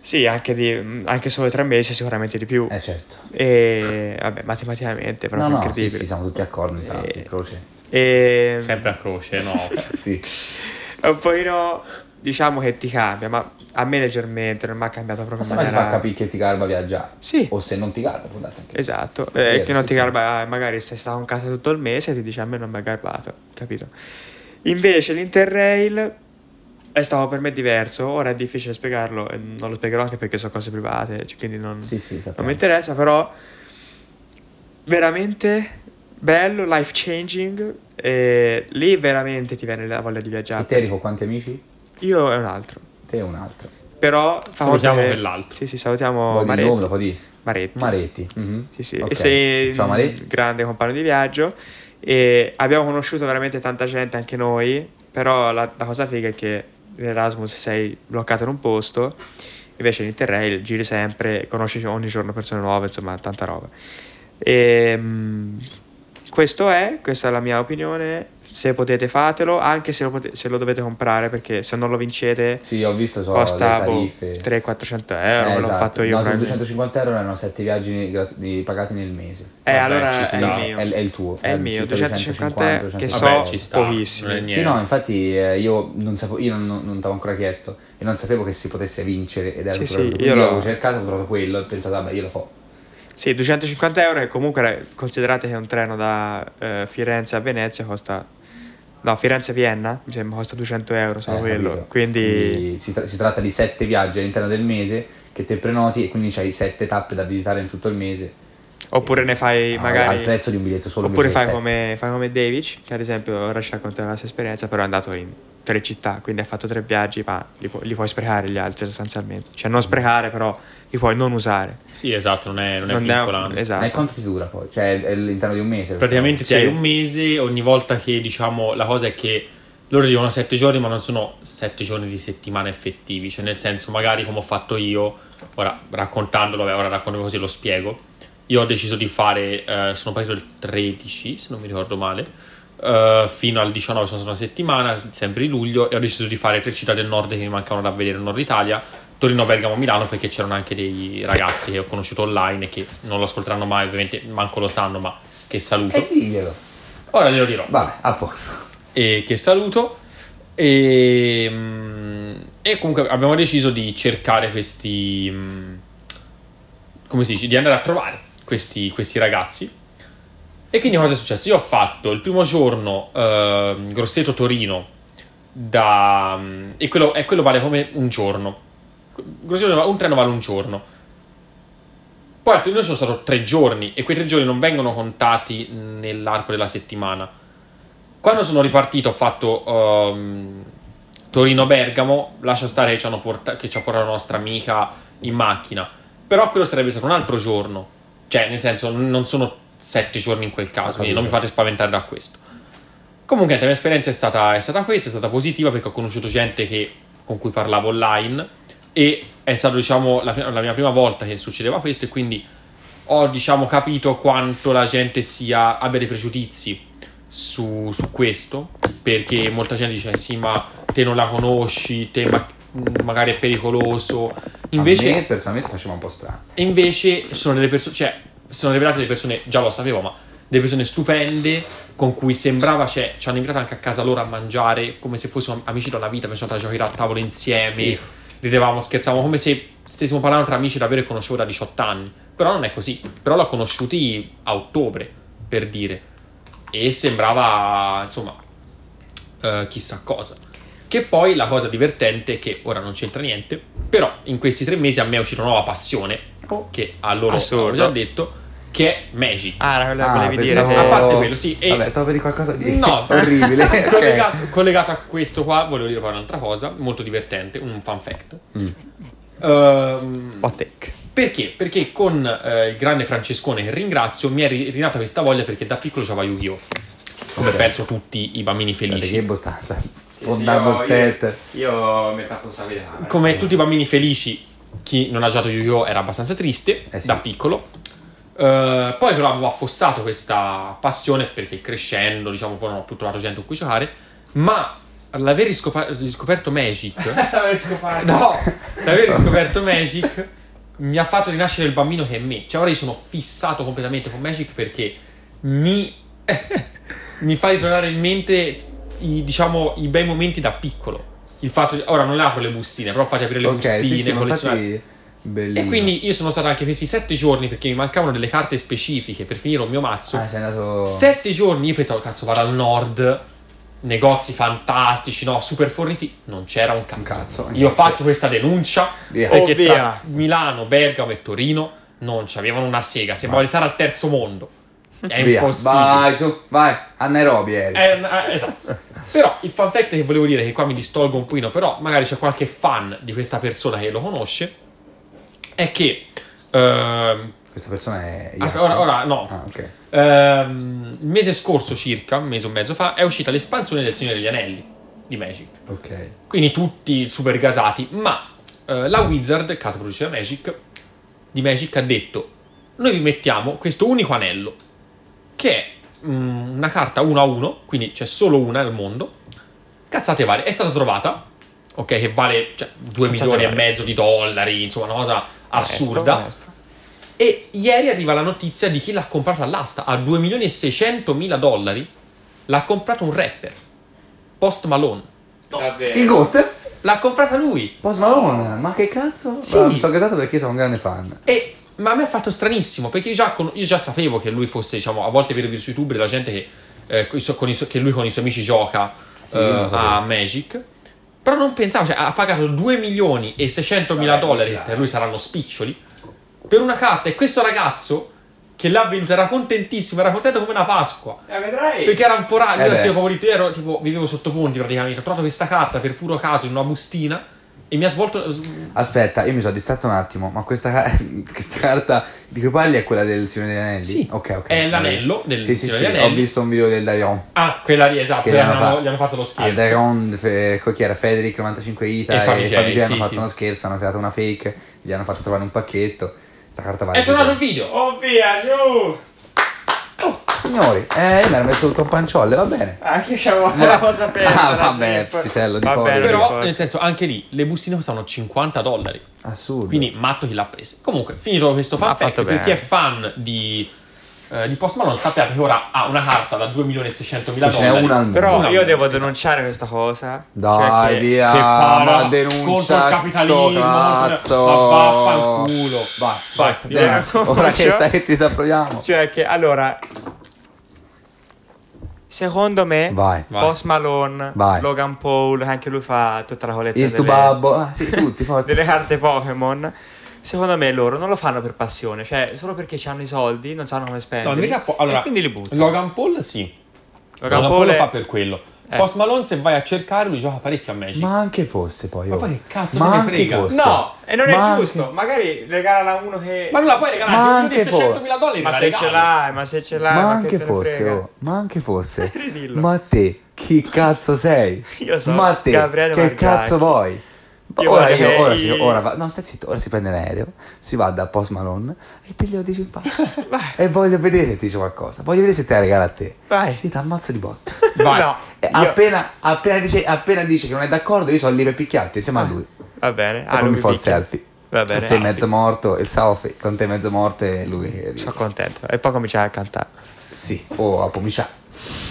S3: Sì, anche, di, mm, anche solo tre mesi sicuramente di più.
S1: Eh certo.
S3: E vabbè, matematicamente è proprio
S1: no, no, sì,
S3: incredibile. Ehm,
S1: sì, siamo tutti d'accordo, mi sa,
S3: Eh.
S1: tutti croce.
S3: E
S2: Sempre a croce, no?
S1: Sì.
S3: è un pochino eh, diciamo che ti cambia, ma a me leggermente non mi ha cambiato
S1: Ma
S3: proprio in
S1: se mai ti fa
S3: maniera-
S1: capire che ti garba viaggiare.
S3: Sì.
S1: O se non ti garba, può darsi anche.
S3: Esatto,
S1: Vero,
S3: eh, che non
S1: sì,
S3: ti
S1: sì.
S3: garba, magari sei stato in casa tutto il mese e ti dice a me non mi ha garbato, capito? Invece l'Interrail è stato per me diverso, ora è difficile spiegarlo, e non lo spiegherò anche perché sono cose private, cioè, quindi non,
S1: Sì, sì,
S3: non
S1: sappiamo.
S3: mi interessa, però veramente bello, life changing, e lì veramente ti viene la voglia di
S1: E
S3: viaggiare.
S1: te Enrico, quanti amici?
S3: Io e un altro,
S1: Te e un altro.
S3: però...
S2: Salutiamo
S3: che-
S2: quell'altro.
S3: Sì, sì, salutiamo
S1: Vuoi dire il nome, lo
S3: Maretti.
S1: puoi dire?
S3: Maretti.
S1: Maretti. Mhm.
S3: Sì, sì.
S1: Ok.
S3: E sei
S1: Ciao Maretti.
S3: un grande compagno di viaggio. E abbiamo conosciuto veramente tanta gente, anche noi. Però la, la cosa figa è che in Erasmus sei bloccato in un posto, invece in Interrail giri sempre, conosci ogni giorno persone nuove, insomma, tanta roba. E, mm, questo è, questa è la mia opinione. Se potete fatelo, anche se lo, pote- se lo dovete comprare, perché se non lo vincete
S1: Sì, ho visto, so,
S3: costa
S1: le
S3: boh,
S1: tariffe.
S3: 300-400 euro,
S1: Eh,
S3: me l'ho
S1: esatto.
S3: fatto io.
S1: No, sono
S3: probabilmente.
S1: 250 euro erano 7 viaggi grat- di- pagati nel mese.
S3: Eh,
S2: Vabbè,
S3: allora
S2: ci
S3: è
S2: sta.
S3: il mio.
S1: È, è il tuo. Cioè,
S3: È Eh, il mio, 250, che so,
S2: Vabbè, ci sta.
S3: pochissimo.
S2: Non è
S1: Sì,
S2: niente.
S1: no, infatti eh, io non sapevo, io non, non t'avevo ancora chiesto e non sapevo che si potesse vincere ed era
S3: Sì,
S1: tutto
S3: sì,
S1: quello.
S3: io
S1: Quindi
S3: lo-
S1: avevo cercato, ho trovato quello e ho pensato, vabbè, io lo fo.
S3: Sì, 250 euro e comunque considerate che un treno da eh, Firenze a Venezia costa... No, Firenze-Vienna, mi sembra, costa 200 euro solo
S1: Eh,
S3: quello.
S1: capito?
S3: Quindi...
S1: si, tra- si tratta di 7 viaggi all'interno del mese che te prenoti e quindi hai 7 tappe da visitare in tutto il mese.
S3: Oppure ne fai
S1: Ah,
S3: magari...
S1: al prezzo di un biglietto solo
S3: Oppure
S1: invece
S3: fai
S1: di
S3: come, fai come David, che ad esempio ora ci racconta la sua esperienza, però è andato in tre città, quindi ha fatto tre viaggi, ma li, pu- li puoi sprecare gli altri sostanzialmente. Cioè non sprecare, però li puoi non usare.
S2: Sì, esatto, non è, non è
S3: Non è-
S2: vincolante.
S3: esatto.
S1: E quanto ti dura poi? Cioè è all'interno di un mese? questo?
S2: Praticamente ti
S3: Sì.
S2: hai un mese, ogni volta che diciamo la cosa è che loro dicono sette giorni, ma non sono sette giorni di settimana effettivi, cioè nel senso magari come ho fatto io, ora raccontandolo, vabbè, ora racconto così lo spiego, io ho deciso di fare, eh, sono partito il 13 se non mi ricordo male, eh, fino al 19 sono stata una settimana, sempre di luglio, e ho deciso di fare tre città del nord che mi mancavano da vedere, nord Italia, Torino, Bergamo, Milano perché c'erano anche dei ragazzi che ho conosciuto online e che non lo ascolteranno mai, ovviamente manco lo sanno, ma che
S1: E
S2: saluto.
S1: diglielo.
S2: Ora glielo dirò.
S1: Vabbè, a posto.
S2: E che saluto. E, mm, e comunque abbiamo deciso di cercare questi. mm, Come si dice? Di andare a trovare questi, questi ragazzi. E quindi cosa è successo? Io ho fatto il primo giorno ehm, Grosseto Torino da. mm, E quello, e quello vale come un giorno. Grosseto, un treno vale un giorno. Poi a Torino sono stato tre giorni e quei tre giorni non vengono contati nell'arco della settimana. Quando sono ripartito ho fatto ehm, Torino-Bergamo, lascia stare che ci, hanno porta- che ci ha portato la nostra amica in macchina, però quello sarebbe stato un altro giorno, cioè nel senso n- non sono sette giorni in quel caso, quindi non mi fate spaventare da questo. Comunque la mia esperienza è stata, è stata questa, è stata positiva perché ho conosciuto gente che- con cui parlavo online e è stata diciamo la, la mia prima volta che succedeva questo e quindi ho diciamo capito quanto la gente sia, abbia dei pregiudizi su, su questo perché molta gente dice sì ma te non la conosci, te ma- magari è pericoloso invece
S1: A me personalmente faceva un po' strano.
S2: e invece sono delle persone, cioè, sono rivelate delle persone, già lo sapevo, ma delle persone stupende con cui sembrava, cioè, ci hanno invitato anche a casa loro a mangiare come se fossimo amici da una vita, pensate a giocare a tavola insieme,
S1: Sì.
S2: ridevamo, scherzavamo, come se stessimo parlando tra amici davvero che conoscevo da 18 anni. Però non è così, però l'ho conosciuti a ottobre, per dire. E sembrava, insomma, eh, chissà cosa. Che poi la cosa divertente è che ora non c'entra niente, però in questi tre mesi a me è uscita una nuova passione, che a loro ho
S3: Assurdo.
S2: già detto, che è Magic.
S3: Ah, era quello che
S1: Ah,
S3: volevi dire.
S1: pensavo-
S3: che-
S2: A parte quello, sì, e-
S1: Vabbè, stavo per dire qualcosa di
S2: No,
S1: orribile. ok.
S2: collegato, collegato a questo qua, volevo dire poi un'altra cosa, molto divertente, un fun fact.
S1: Mm.
S2: Ehm,
S3: Hot take.
S2: perché? Perché con eh, il grande Francescone, che ringrazio, mi è ri- rinata questa voglia perché da piccolo c'aveva Yu-Gi-Oh! Come
S1: Ok.
S2: penso tutti i bambini
S1: Guardate
S2: felici.
S1: che bostanza. Sfondando il set.
S3: Io metà responsabilità.
S2: come tutti i bambini felici, chi non ha giocato Yu-Gi-Oh! era abbastanza triste
S1: Eh sì.
S2: da piccolo. Eh, poi però avevo affossato questa passione perché crescendo, diciamo, poi non ho più trovato gente con cui giocare. Ma eh, l'aver riscopa- riscoperto Magic
S4: L'avrei scopato.
S2: No, l'aver riscoperto Magic mi ha fatto rinascere il bambino che è me. Cioè, ora io sono fissato completamente con Magic perché mi, mi fa ritornare in mente i, diciamo, i bei momenti da piccolo. Il fatto di, ora non le apro le bustine, però fate aprire le
S1: ok,
S2: bustine,
S1: sì, sì, ma
S2: collezionare.
S1: infatti bellino.
S2: E quindi io sono stato anche questi sette giorni perché mi mancavano delle carte specifiche per finire un mio mazzo.
S1: Ah, sei andato
S2: Sette giorni, io pensavo, cazzo, vado al nord, negozi fantastici, no, super forniti, non c'era un cazzo.
S1: Un cazzo,
S2: io
S1: niente.
S2: faccio questa denuncia
S1: Via.
S2: perché
S3: Oh,
S2: tra
S3: via.
S2: Milano, Bergamo e Torino non c'avevano una sega, se vuole stare al terzo mondo. È
S1: Via.
S2: impossibile.
S1: Vai, su, vai, a Nairobi eri.
S2: Eh, eh, esatto. Però il fan fact che volevo dire, che qua mi distolgo un pochino, però magari c'è qualche fan di questa persona che lo conosce, è che... ehm,
S1: Questa persona è...
S2: Aspetta, ora, ora, no.
S1: Ah, ok.
S2: Ehm, il mese scorso, circa un mese o mezzo fa, è uscita l'espansione del Signore degli Anelli di Magic.
S1: Ok.
S2: Quindi tutti super gasati. Ma eh, la Wizard, casa produttrice di Magic, di Magic, ha detto: Noi vi mettiamo questo unico anello, che è mm, una carta 1 a 1, quindi c'è solo una al mondo. Cazzate varie, è stata trovata. Ok, che vale 2
S3: Cazzate
S2: milioni e
S3: varie.
S2: mezzo di dollari, insomma, una cosa assurda.
S3: Onesto, onesto.
S2: E ieri arriva la notizia di chi l'ha comprata all'asta a 2 milioni e 600 mila dollari. L'ha comprato un rapper, Post Malone.
S4: Davvero.
S1: Il GOAT?
S2: L'ha comprata lui.
S1: Post Malone, ma che cazzo?
S2: Sì.
S1: Ma Mi sono casato perché sono un grande fan.
S2: E, ma a me ha fatto stranissimo perché io già, con- io già sapevo che lui fosse, diciamo, a volte vedo su YouTube la gente che, eh, coi su- con i su- che lui con i suoi amici gioca
S1: Sì,
S2: eh,
S1: io lo sapevo.
S2: a Magic. Però non pensavo, cioè, ha pagato 2 milioni e 600 mila
S4: Vabbè, sì,
S2: dollari, che
S4: dai.
S2: per lui saranno spiccioli, per una carta. E questo ragazzo che l'ha venduta era contentissimo, era contento come una Pasqua.
S4: Eh, vedrai.
S2: Perché era un po' raro,
S1: Eh
S2: io
S1: beh.
S2: ero favorito, io ero tipo, vivevo sotto ponti praticamente, ho trovato questa carta per puro caso in una bustina e mi ha svolto... eh,
S1: Aspetta, io mi sono distratto un attimo, ma questa, ca- questa carta di cui parli è quella del Signore degli Anelli?
S2: Sì,
S1: ok, ok.
S2: è l'anello del
S1: Sì, sì,
S2: Signore
S1: sì,
S2: degli Anelli.
S1: ho visto un video del Darion.
S2: Ah, quella lì, esatto,
S1: Che
S2: gli
S1: gli hanno
S2: hanno,
S1: fa- Ah,
S2: gli hanno fatto lo
S1: Al
S2: scherzo.
S1: Darion, fe- co- chi era? Federic 95 Ita
S2: E
S1: e,
S2: Favigei,
S1: Favigei
S2: sì,
S1: hanno fatto
S2: sì.
S1: uno scherzo, hanno creato una fake, gli hanno fatto trovare un pacchetto. Sta carta vale.
S2: È tornato il video!
S4: Oh via, giù.
S1: Signori, eh, io mi ero messo tutto un panciolle, va bene.
S3: Anche io c'avevo la cosa per
S1: Ah,
S3: la
S1: vabbè,
S3: zip.
S1: Pisello, di
S3: Va
S1: povero.
S3: bene,
S2: Però,
S3: ricordo.
S2: nel senso, anche lì, le bustine costano 50 dollari.
S1: Assurdo.
S2: Quindi matto chi l'ha presa. Comunque, finito questo fan
S3: Ha
S2: fact,
S3: fatto
S2: per
S3: bene.
S2: chi è fan di, eh, di Post Malone sappiate che ora ha una carta da 2 milioni e 600 mila
S1: Che ce n'è
S2: dollari.
S1: una al mondo.
S3: Però
S2: No,
S3: io devo
S2: esatto.
S3: denunciare questa cosa.
S1: Dai,
S3: Cioè che-
S1: via,
S2: che para
S1: Ah, ma
S2: contro
S1: denuncia
S2: il capitalismo,
S1: sto
S2: contro-
S1: cazzo.
S2: ma vaffanculo.
S1: Vai,
S2: Vai,
S1: cazzo,
S2: io
S1: dai.
S3: la
S1: Ora che
S3: denuncio.
S1: sai che ti sappiamo.
S3: Cioè che allora secondo me
S1: Vai.
S3: Post Malone,
S1: Vai.
S3: Logan Paul, che anche lui fa tutta la collezione
S1: Il tuo
S3: Cioè, delle,
S1: babbo, ah, sì, tutti, forza.
S3: delle carte Pokémon. Secondo me loro non lo fanno per passione, cioè solo perché hanno i soldi, non sanno come
S2: No,
S3: spendere.
S2: invece, po- allora,
S3: Eh, e quindi li buttano.
S2: Logan Paul sì. Logan,
S3: Logan
S2: Paul
S3: Paul
S2: lo
S3: è-
S2: fa per quello.
S3: Eh.
S2: Post Malone, se vai a cercare, lui gioca parecchio a Magic.
S1: Ma anche fosse poi.
S2: Ma
S1: oh.
S2: poi che cazzo
S1: Ma
S2: te ne
S1: anche
S2: frega?
S1: fosse.
S3: No, e non
S1: Ma
S3: è
S1: anche-
S3: giusto. Magari regala a uno che
S2: Ma non la puoi regalare
S1: Ma
S2: a 2.600.000
S1: anche
S2: dollari.
S3: Ma
S2: la
S3: se
S2: regali.
S3: ce l'hai, ma se ce l'hai,
S1: Ma
S3: che
S1: anche
S3: te ne
S1: fosse,
S3: frega?
S1: oh, ma anche fosse.
S3: Ridillo.
S1: ma te, chi cazzo sei?
S3: Io sono
S1: ma te,
S3: Gabriele
S1: che
S3: Margacchi.
S1: cazzo vuoi?
S3: Io
S1: ora
S3: vorrei-
S1: io, ora, sì, ora va- no, stai zitto, ora si prende l'aereo, si va da Post Malone e te glielo dici in faccia. e voglio vedere se ti dice qualcosa, voglio vedere se te la regala a te.
S3: Vai.
S1: Io ti ammazzo di botta.
S2: Vai.
S3: No,
S1: E
S3: io-
S1: appena, appena dice, appena dice che non è d'accordo, io sono lì per picchiarti insieme a lui.
S3: Va bene.
S1: Ah,
S3: lui
S1: mi fa il
S3: picchia.
S1: selfie.
S3: Va bene.
S1: sei
S3: ah,
S1: mezzo morto, il selfie con te mezzo morto e lui. che ride.
S3: Sono contento. E poi cominciare a cantare.
S1: Sì, o a pomicià.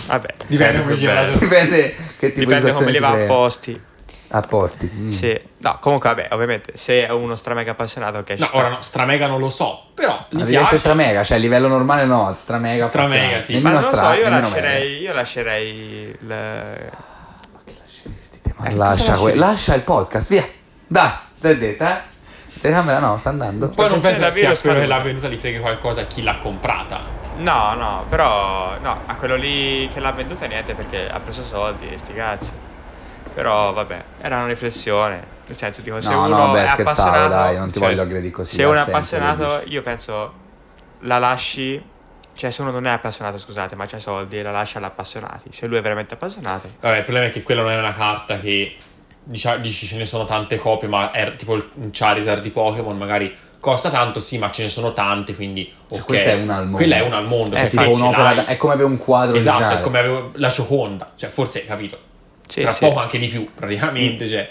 S3: Vabbè.
S2: Dipende
S3: Eh,
S2: come gira la giornata.
S1: Dipende che tipo di
S3: Dipende
S1: situazione
S3: come li
S1: si
S3: va a
S1: crea.
S3: posti.
S1: A posti. mm.
S3: Sì. No, comunque vabbè, ovviamente se è uno stra mega appassionato che
S2: No, ora no, stramega non lo so, però
S1: Ma
S2: mi
S1: devi essere
S2: piace.
S1: stramega, cioè a livello normale no, al stramega.
S2: Stramega,
S1: passato.
S2: sì.
S3: Ma
S1: Nemmeno
S3: non lo so,
S1: stra,
S3: io
S1: nemmeno
S3: lascerei, io lascerei il...
S1: mega. Ma che lasceresti te? Ma
S3: Eh, cosa
S1: lascia, que-
S3: lasceresti?
S1: lascia il podcast, via. Dai, te l'ho detta, eh. Telecamera no, sta andando.
S2: Poi non
S3: Attenzione,
S2: penso che a
S3: Davide,
S2: quello che
S3: scaduta.
S2: l'ha venuta gli frega qualcosa a chi l'ha comprata.
S3: No, no, però no, a quello lì che l'ha venduta niente perché ha preso soldi e sti cazzi. Però vabbè, era una riflessione. Nel senso, dico, se
S1: No, no,
S3: uno
S1: beh,
S3: è
S1: scherzavo,
S3: appassionato, cioè,
S1: dai, non ti voglio aggredire così,
S3: Se
S1: ha
S3: uno è
S1: senso,
S3: appassionato,
S1: dici.
S3: io penso la lasci. Cioè, se uno non è appassionato, scusate, ma c'ha soldi, la lascia all'appassionati. Se lui è veramente appassionato,
S2: Vabbè, il problema è che quella non è una carta che dicia- dici ce ne sono tante copie, ma è tipo il- un Charizard di Pokémon, magari costa tanto, sì, ma ce ne sono tante, quindi ok.
S1: Cioè, questa è una al mondo.
S2: Quella è una al
S3: Eh,
S2: mondo,
S1: È
S2: cioè,
S1: tipo
S2: fai- ce
S1: un'opera,
S2: l'hai.
S1: da- è come avere un quadro
S2: Esatto,
S1: originale.
S2: è come avevo la Gioconda, cioè forse hai capito.
S3: Sì,
S2: tra
S3: sì.
S2: poco anche di più,
S1: Mm.
S2: praticamente, cioè,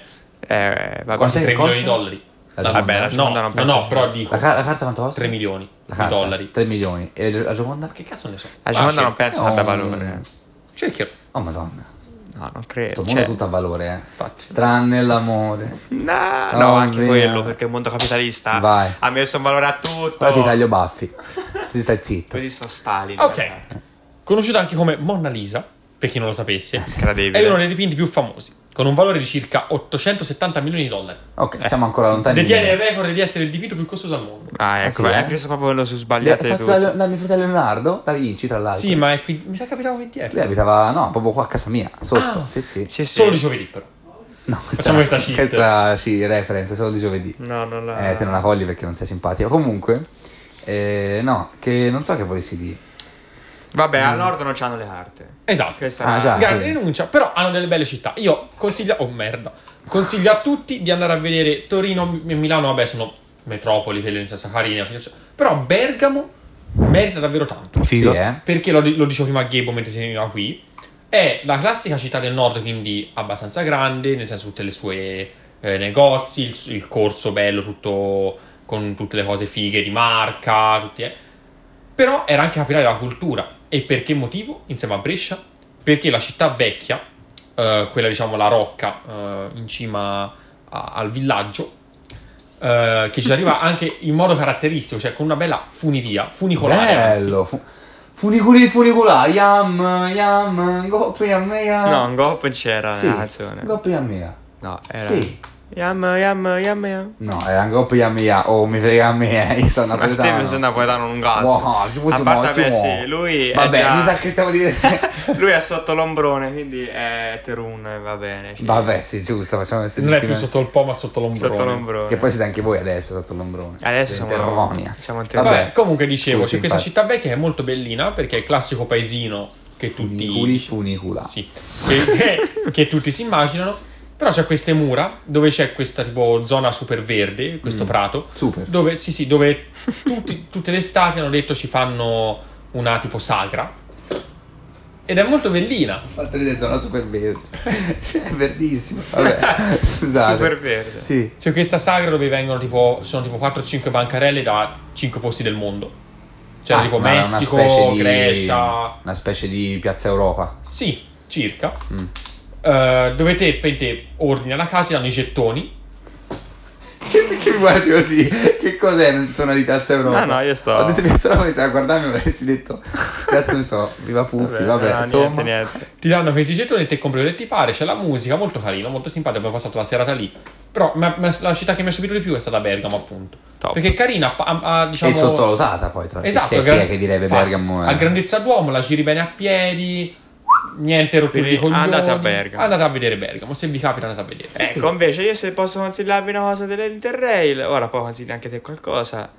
S3: Eh, vabbè.
S1: Quasi- Cos'è-
S2: 3 milioni
S1: cos'è?
S2: di dollari.
S1: La
S2: No,
S1: domanda,
S2: vabbè,
S1: la
S2: no,
S3: domanda non
S2: no,
S3: penso.
S2: no, però dico
S1: La, ca- la carta quanto costa?
S2: 3 milioni
S1: La
S2: di
S1: carta?
S2: dollari.
S1: 3 milioni. E la seconda?
S2: Che cazzo ne so?
S3: La domanda
S2: Ah,
S3: non penso
S1: No.
S3: abbia valore.
S2: Cerchio.
S1: Oh madonna.
S3: No, non
S1: Questo
S3: credo.
S1: mondo
S3: Cioè,
S1: tutto a valore, eh.
S3: infatti.
S1: Tranne l'amore.
S3: No,
S1: Oh,
S3: no, anche
S1: via.
S3: quello, perché il mondo capitalista
S1: Vai.
S3: ha messo in valore a tutto.
S1: Ora ti taglio baffi. Si stai zitto.
S3: Così sono Stalin.
S2: Ok. Conosciuta anche come Mona Lisa, per chi non lo sapesse,
S1: Ah,
S3: Incredibile.
S2: è uno dei dipinti più famosi, con un valore di circa 870 milioni di dollari.
S1: Ok, siamo ancora lontani.
S2: Detiene il record di essere il dipinto più costoso al mondo.
S3: Ah,
S1: Ah,
S3: ecco,
S1: sì,
S3: vai,
S1: eh?
S3: hai preso proprio quello su
S1: L'ha
S3: sbagliate
S1: fatto
S3: tutto.
S1: da, da mio fratello Leonardo, da Vinci tra l'altro.
S2: Sì, ma è qui. Mi sa capitava qui dietro.
S1: Lui abitava, no, proprio qua a casa mia, sotto.
S2: Ah.
S1: Sì, sì.
S3: Sì, sì.
S2: Solo di giovedì, però.
S1: No, questa,
S2: Facciamo questa cheat.
S1: Questa sì, reference, solo di giovedì.
S3: No, non la...
S1: Eh, te non la cogli perché non sei simpatico. Comunque, eh, no, che non so che volessi dire.
S3: Vabbè, al nord non c'hanno le carte.
S2: Esatto.
S3: Questa
S1: Mm. Ah,
S3: è-
S1: già.
S2: Grande
S1: sì.
S2: rinuncia, però hanno delle belle città. Io consiglio. Oh merda. Consiglio a tutti di andare a vedere Torino e Milano. Vabbè, sono metropoli, quelle nel senso carine. Però Bergamo merita davvero tanto.
S3: Figo.
S1: Sì, eh?
S2: Perché lo, lo dicevo prima a Gebo mentre si veniva qui. È la classica città del nord, quindi abbastanza grande, nel senso tutte le sue eh, negozi, il, s- il corso bello, tutto con tutte le cose fighe di marca, tutti, eh. però era anche capitale della cultura. E per che motivo? Insieme a Brescia, perché la città vecchia, eh, quella diciamo la rocca eh, in cima a- al villaggio, eh, che ci arriva anche in modo caratteristico, cioè con una bella funivia, funicolare. anzi.
S1: Bello. Fu- funiculi, funicolà, yam, yam, goppi a mea.
S3: No, un gop c'era
S1: sì,
S3: la canzone.
S1: goppi a mea.
S3: No, era...
S1: Sì.
S3: Yam, yam, yam, yam.
S1: No, era un goppi a mea, o mi frega a me, eh, io sono
S3: Ma te
S1: napoletano.
S3: mi sembra poi dare un cazzo.
S1: Wow, si può
S3: a parte
S1: si
S3: vabbè,
S1: può.
S3: sì, lui è
S1: Vabbè,
S3: eh, già-
S1: mi sa che stiamo dicendo...
S3: Lui è sotto l'ombrone, quindi è Terun, eh, va bene. cioè,
S1: Vabbè, sì, giusto, facciamo queste
S2: Non è più
S1: discriminazioni.
S2: sotto il po', ma sotto l'ombrone.
S3: Sotto l'ombrone.
S1: Che poi siete anche voi adesso sotto l'ombrone.
S3: Adesso
S1: Siete
S3: siamo
S1: erronea.
S3: Siamo in
S2: Vabbè,
S3: Terun.
S2: comunque dicevo,
S1: Scusi,
S2: c'è questa
S1: infatti.
S2: città vecchia che è molto bellina perché è il classico paesino che tutti
S1: Funiculi, funicula.
S2: Sì, che, che- che tutti si immaginano. Però c'è queste mura dove c'è questa tipo zona super verde, questo
S1: Mm.
S2: prato,
S1: Super.
S2: dove, sì, sì, dove tutti- tutte le estati hanno detto ci fanno una tipo sagra. Ed è molto bellina.
S1: Fatto vedere zona super verde. Cioè, è verdissimo. Vabbè, scusate.
S3: Super verde.
S1: Sì.
S2: C'è Cioè, questa sagra dove vengono tipo, sono tipo 4-5 bancarelle da 5 posti del mondo. Cioè
S1: Ah,
S2: tipo
S1: ma era una
S2: Messico,
S1: specie di-
S2: Grecia,
S1: Una specie di piazza Europa.
S2: Sì, circa.
S1: Mm.
S2: Eh, dove te, per te ordini la casa, ti danno i gettoni.
S1: Che, che mi guardi così? Che cos'è una zona di piazza Europa?
S3: No, no, io sto-
S1: Ho detto piazza Europa, mi sa guardarmi e avessi detto... Cazzo ne so, viva Puffi,
S3: Vabbè,
S1: vabbè,
S3: no,
S1: insomma.
S3: niente, niente.
S2: Ti danno questi gettoni e te compri quello che ti pare. C'è la musica, molto carino, molto simpatico. Abbiamo passato la serata lì. Però ma- ma la città che mi ha subito di più è stata Bergamo, appunto.
S3: Top.
S2: Perché è carina, ha- ha, ha, diciamo.
S1: E sottovalutata poi, tra
S2: Esatto,
S1: chi è, chi
S2: gran-
S1: è che direbbe
S2: infatti,
S1: Bergamo? eh?
S2: A grandezza d'uomo, la giri bene a piedi. Niente rotture di
S3: Quindi
S2: coglioni.
S3: andate a Bergamo.
S2: Andate a vedere Bergamo. Se vi capita, andate a vedere.
S3: Ecco, invece io se posso consigliarvi una cosa dell'Interrail, ora poi consigli anche te qualcosa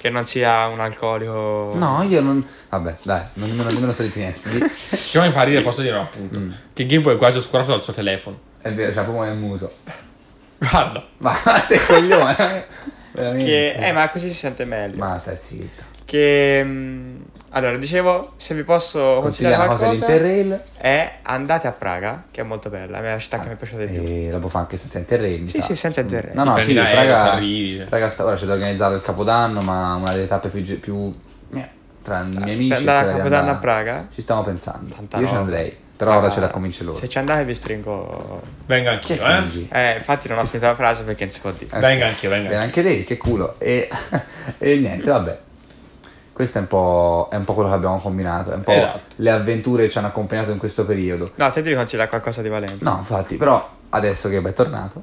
S3: che non sia un alcolico.
S1: No, io non... Vabbè, dai, non nemmeno, nemmeno sto dicendo niente.
S2: Che mi fa ridere, posso dire un appunto.
S1: Mm.
S2: Che Gimbo è quasi oscurato dal suo telefono.
S1: È vero, c'ha proprio il muso.
S2: Guarda.
S1: Ma, ma sei coglione. eh? Veramente.
S3: Che, eh, ma così si sente meglio.
S1: Ma stai zitto.
S3: Che, mm, allora, dicevo, se vi posso
S1: Consiglia
S3: consigliare
S1: una cosa
S3: qualcosa
S1: dell'Interrail.
S3: è andate a Praga, che è molto bella, è la città che mi è piaciuta di più.
S1: E la può fare anche senza Interrail. mi
S3: Sì,
S1: sa. Mm.
S3: sì, senza Interrail.
S1: No, no,
S2: Prendi
S1: sì,
S2: l'aereo, se
S1: raga,
S2: arrivi. cioè.
S1: raga sta- ora c'è da organizzare il Capodanno, ma una delle tappe più... gi- più eh, tra i miei amici... è
S3: Per andare a
S1: quella di
S3: Capodanno a
S1: andare-
S3: Praga?
S1: Ci stiamo pensando.
S3: Tanta
S1: Io ci
S3: roba.
S1: andrei, però ora
S3: Ah,
S1: c'è da convincere loro.
S3: Se ci andate vi stringo...
S2: Venga
S1: Che
S2: anch'io, eh.
S1: fingi?
S3: Eh, infatti non ho finito la frase perché non si può dire.
S1: Eh.
S2: Venga anch'io, venga.
S1: Bene, anche lei, che culo. E, e niente, vabbè. Questo è un, po', è un po' quello che abbiamo combinato, è un po'
S2: Esatto.
S1: le avventure che ci hanno accompagnato in questo periodo.
S3: No, te devi consigliare qualcosa di Valenza.
S1: Eh. No, infatti, però adesso che è tornato,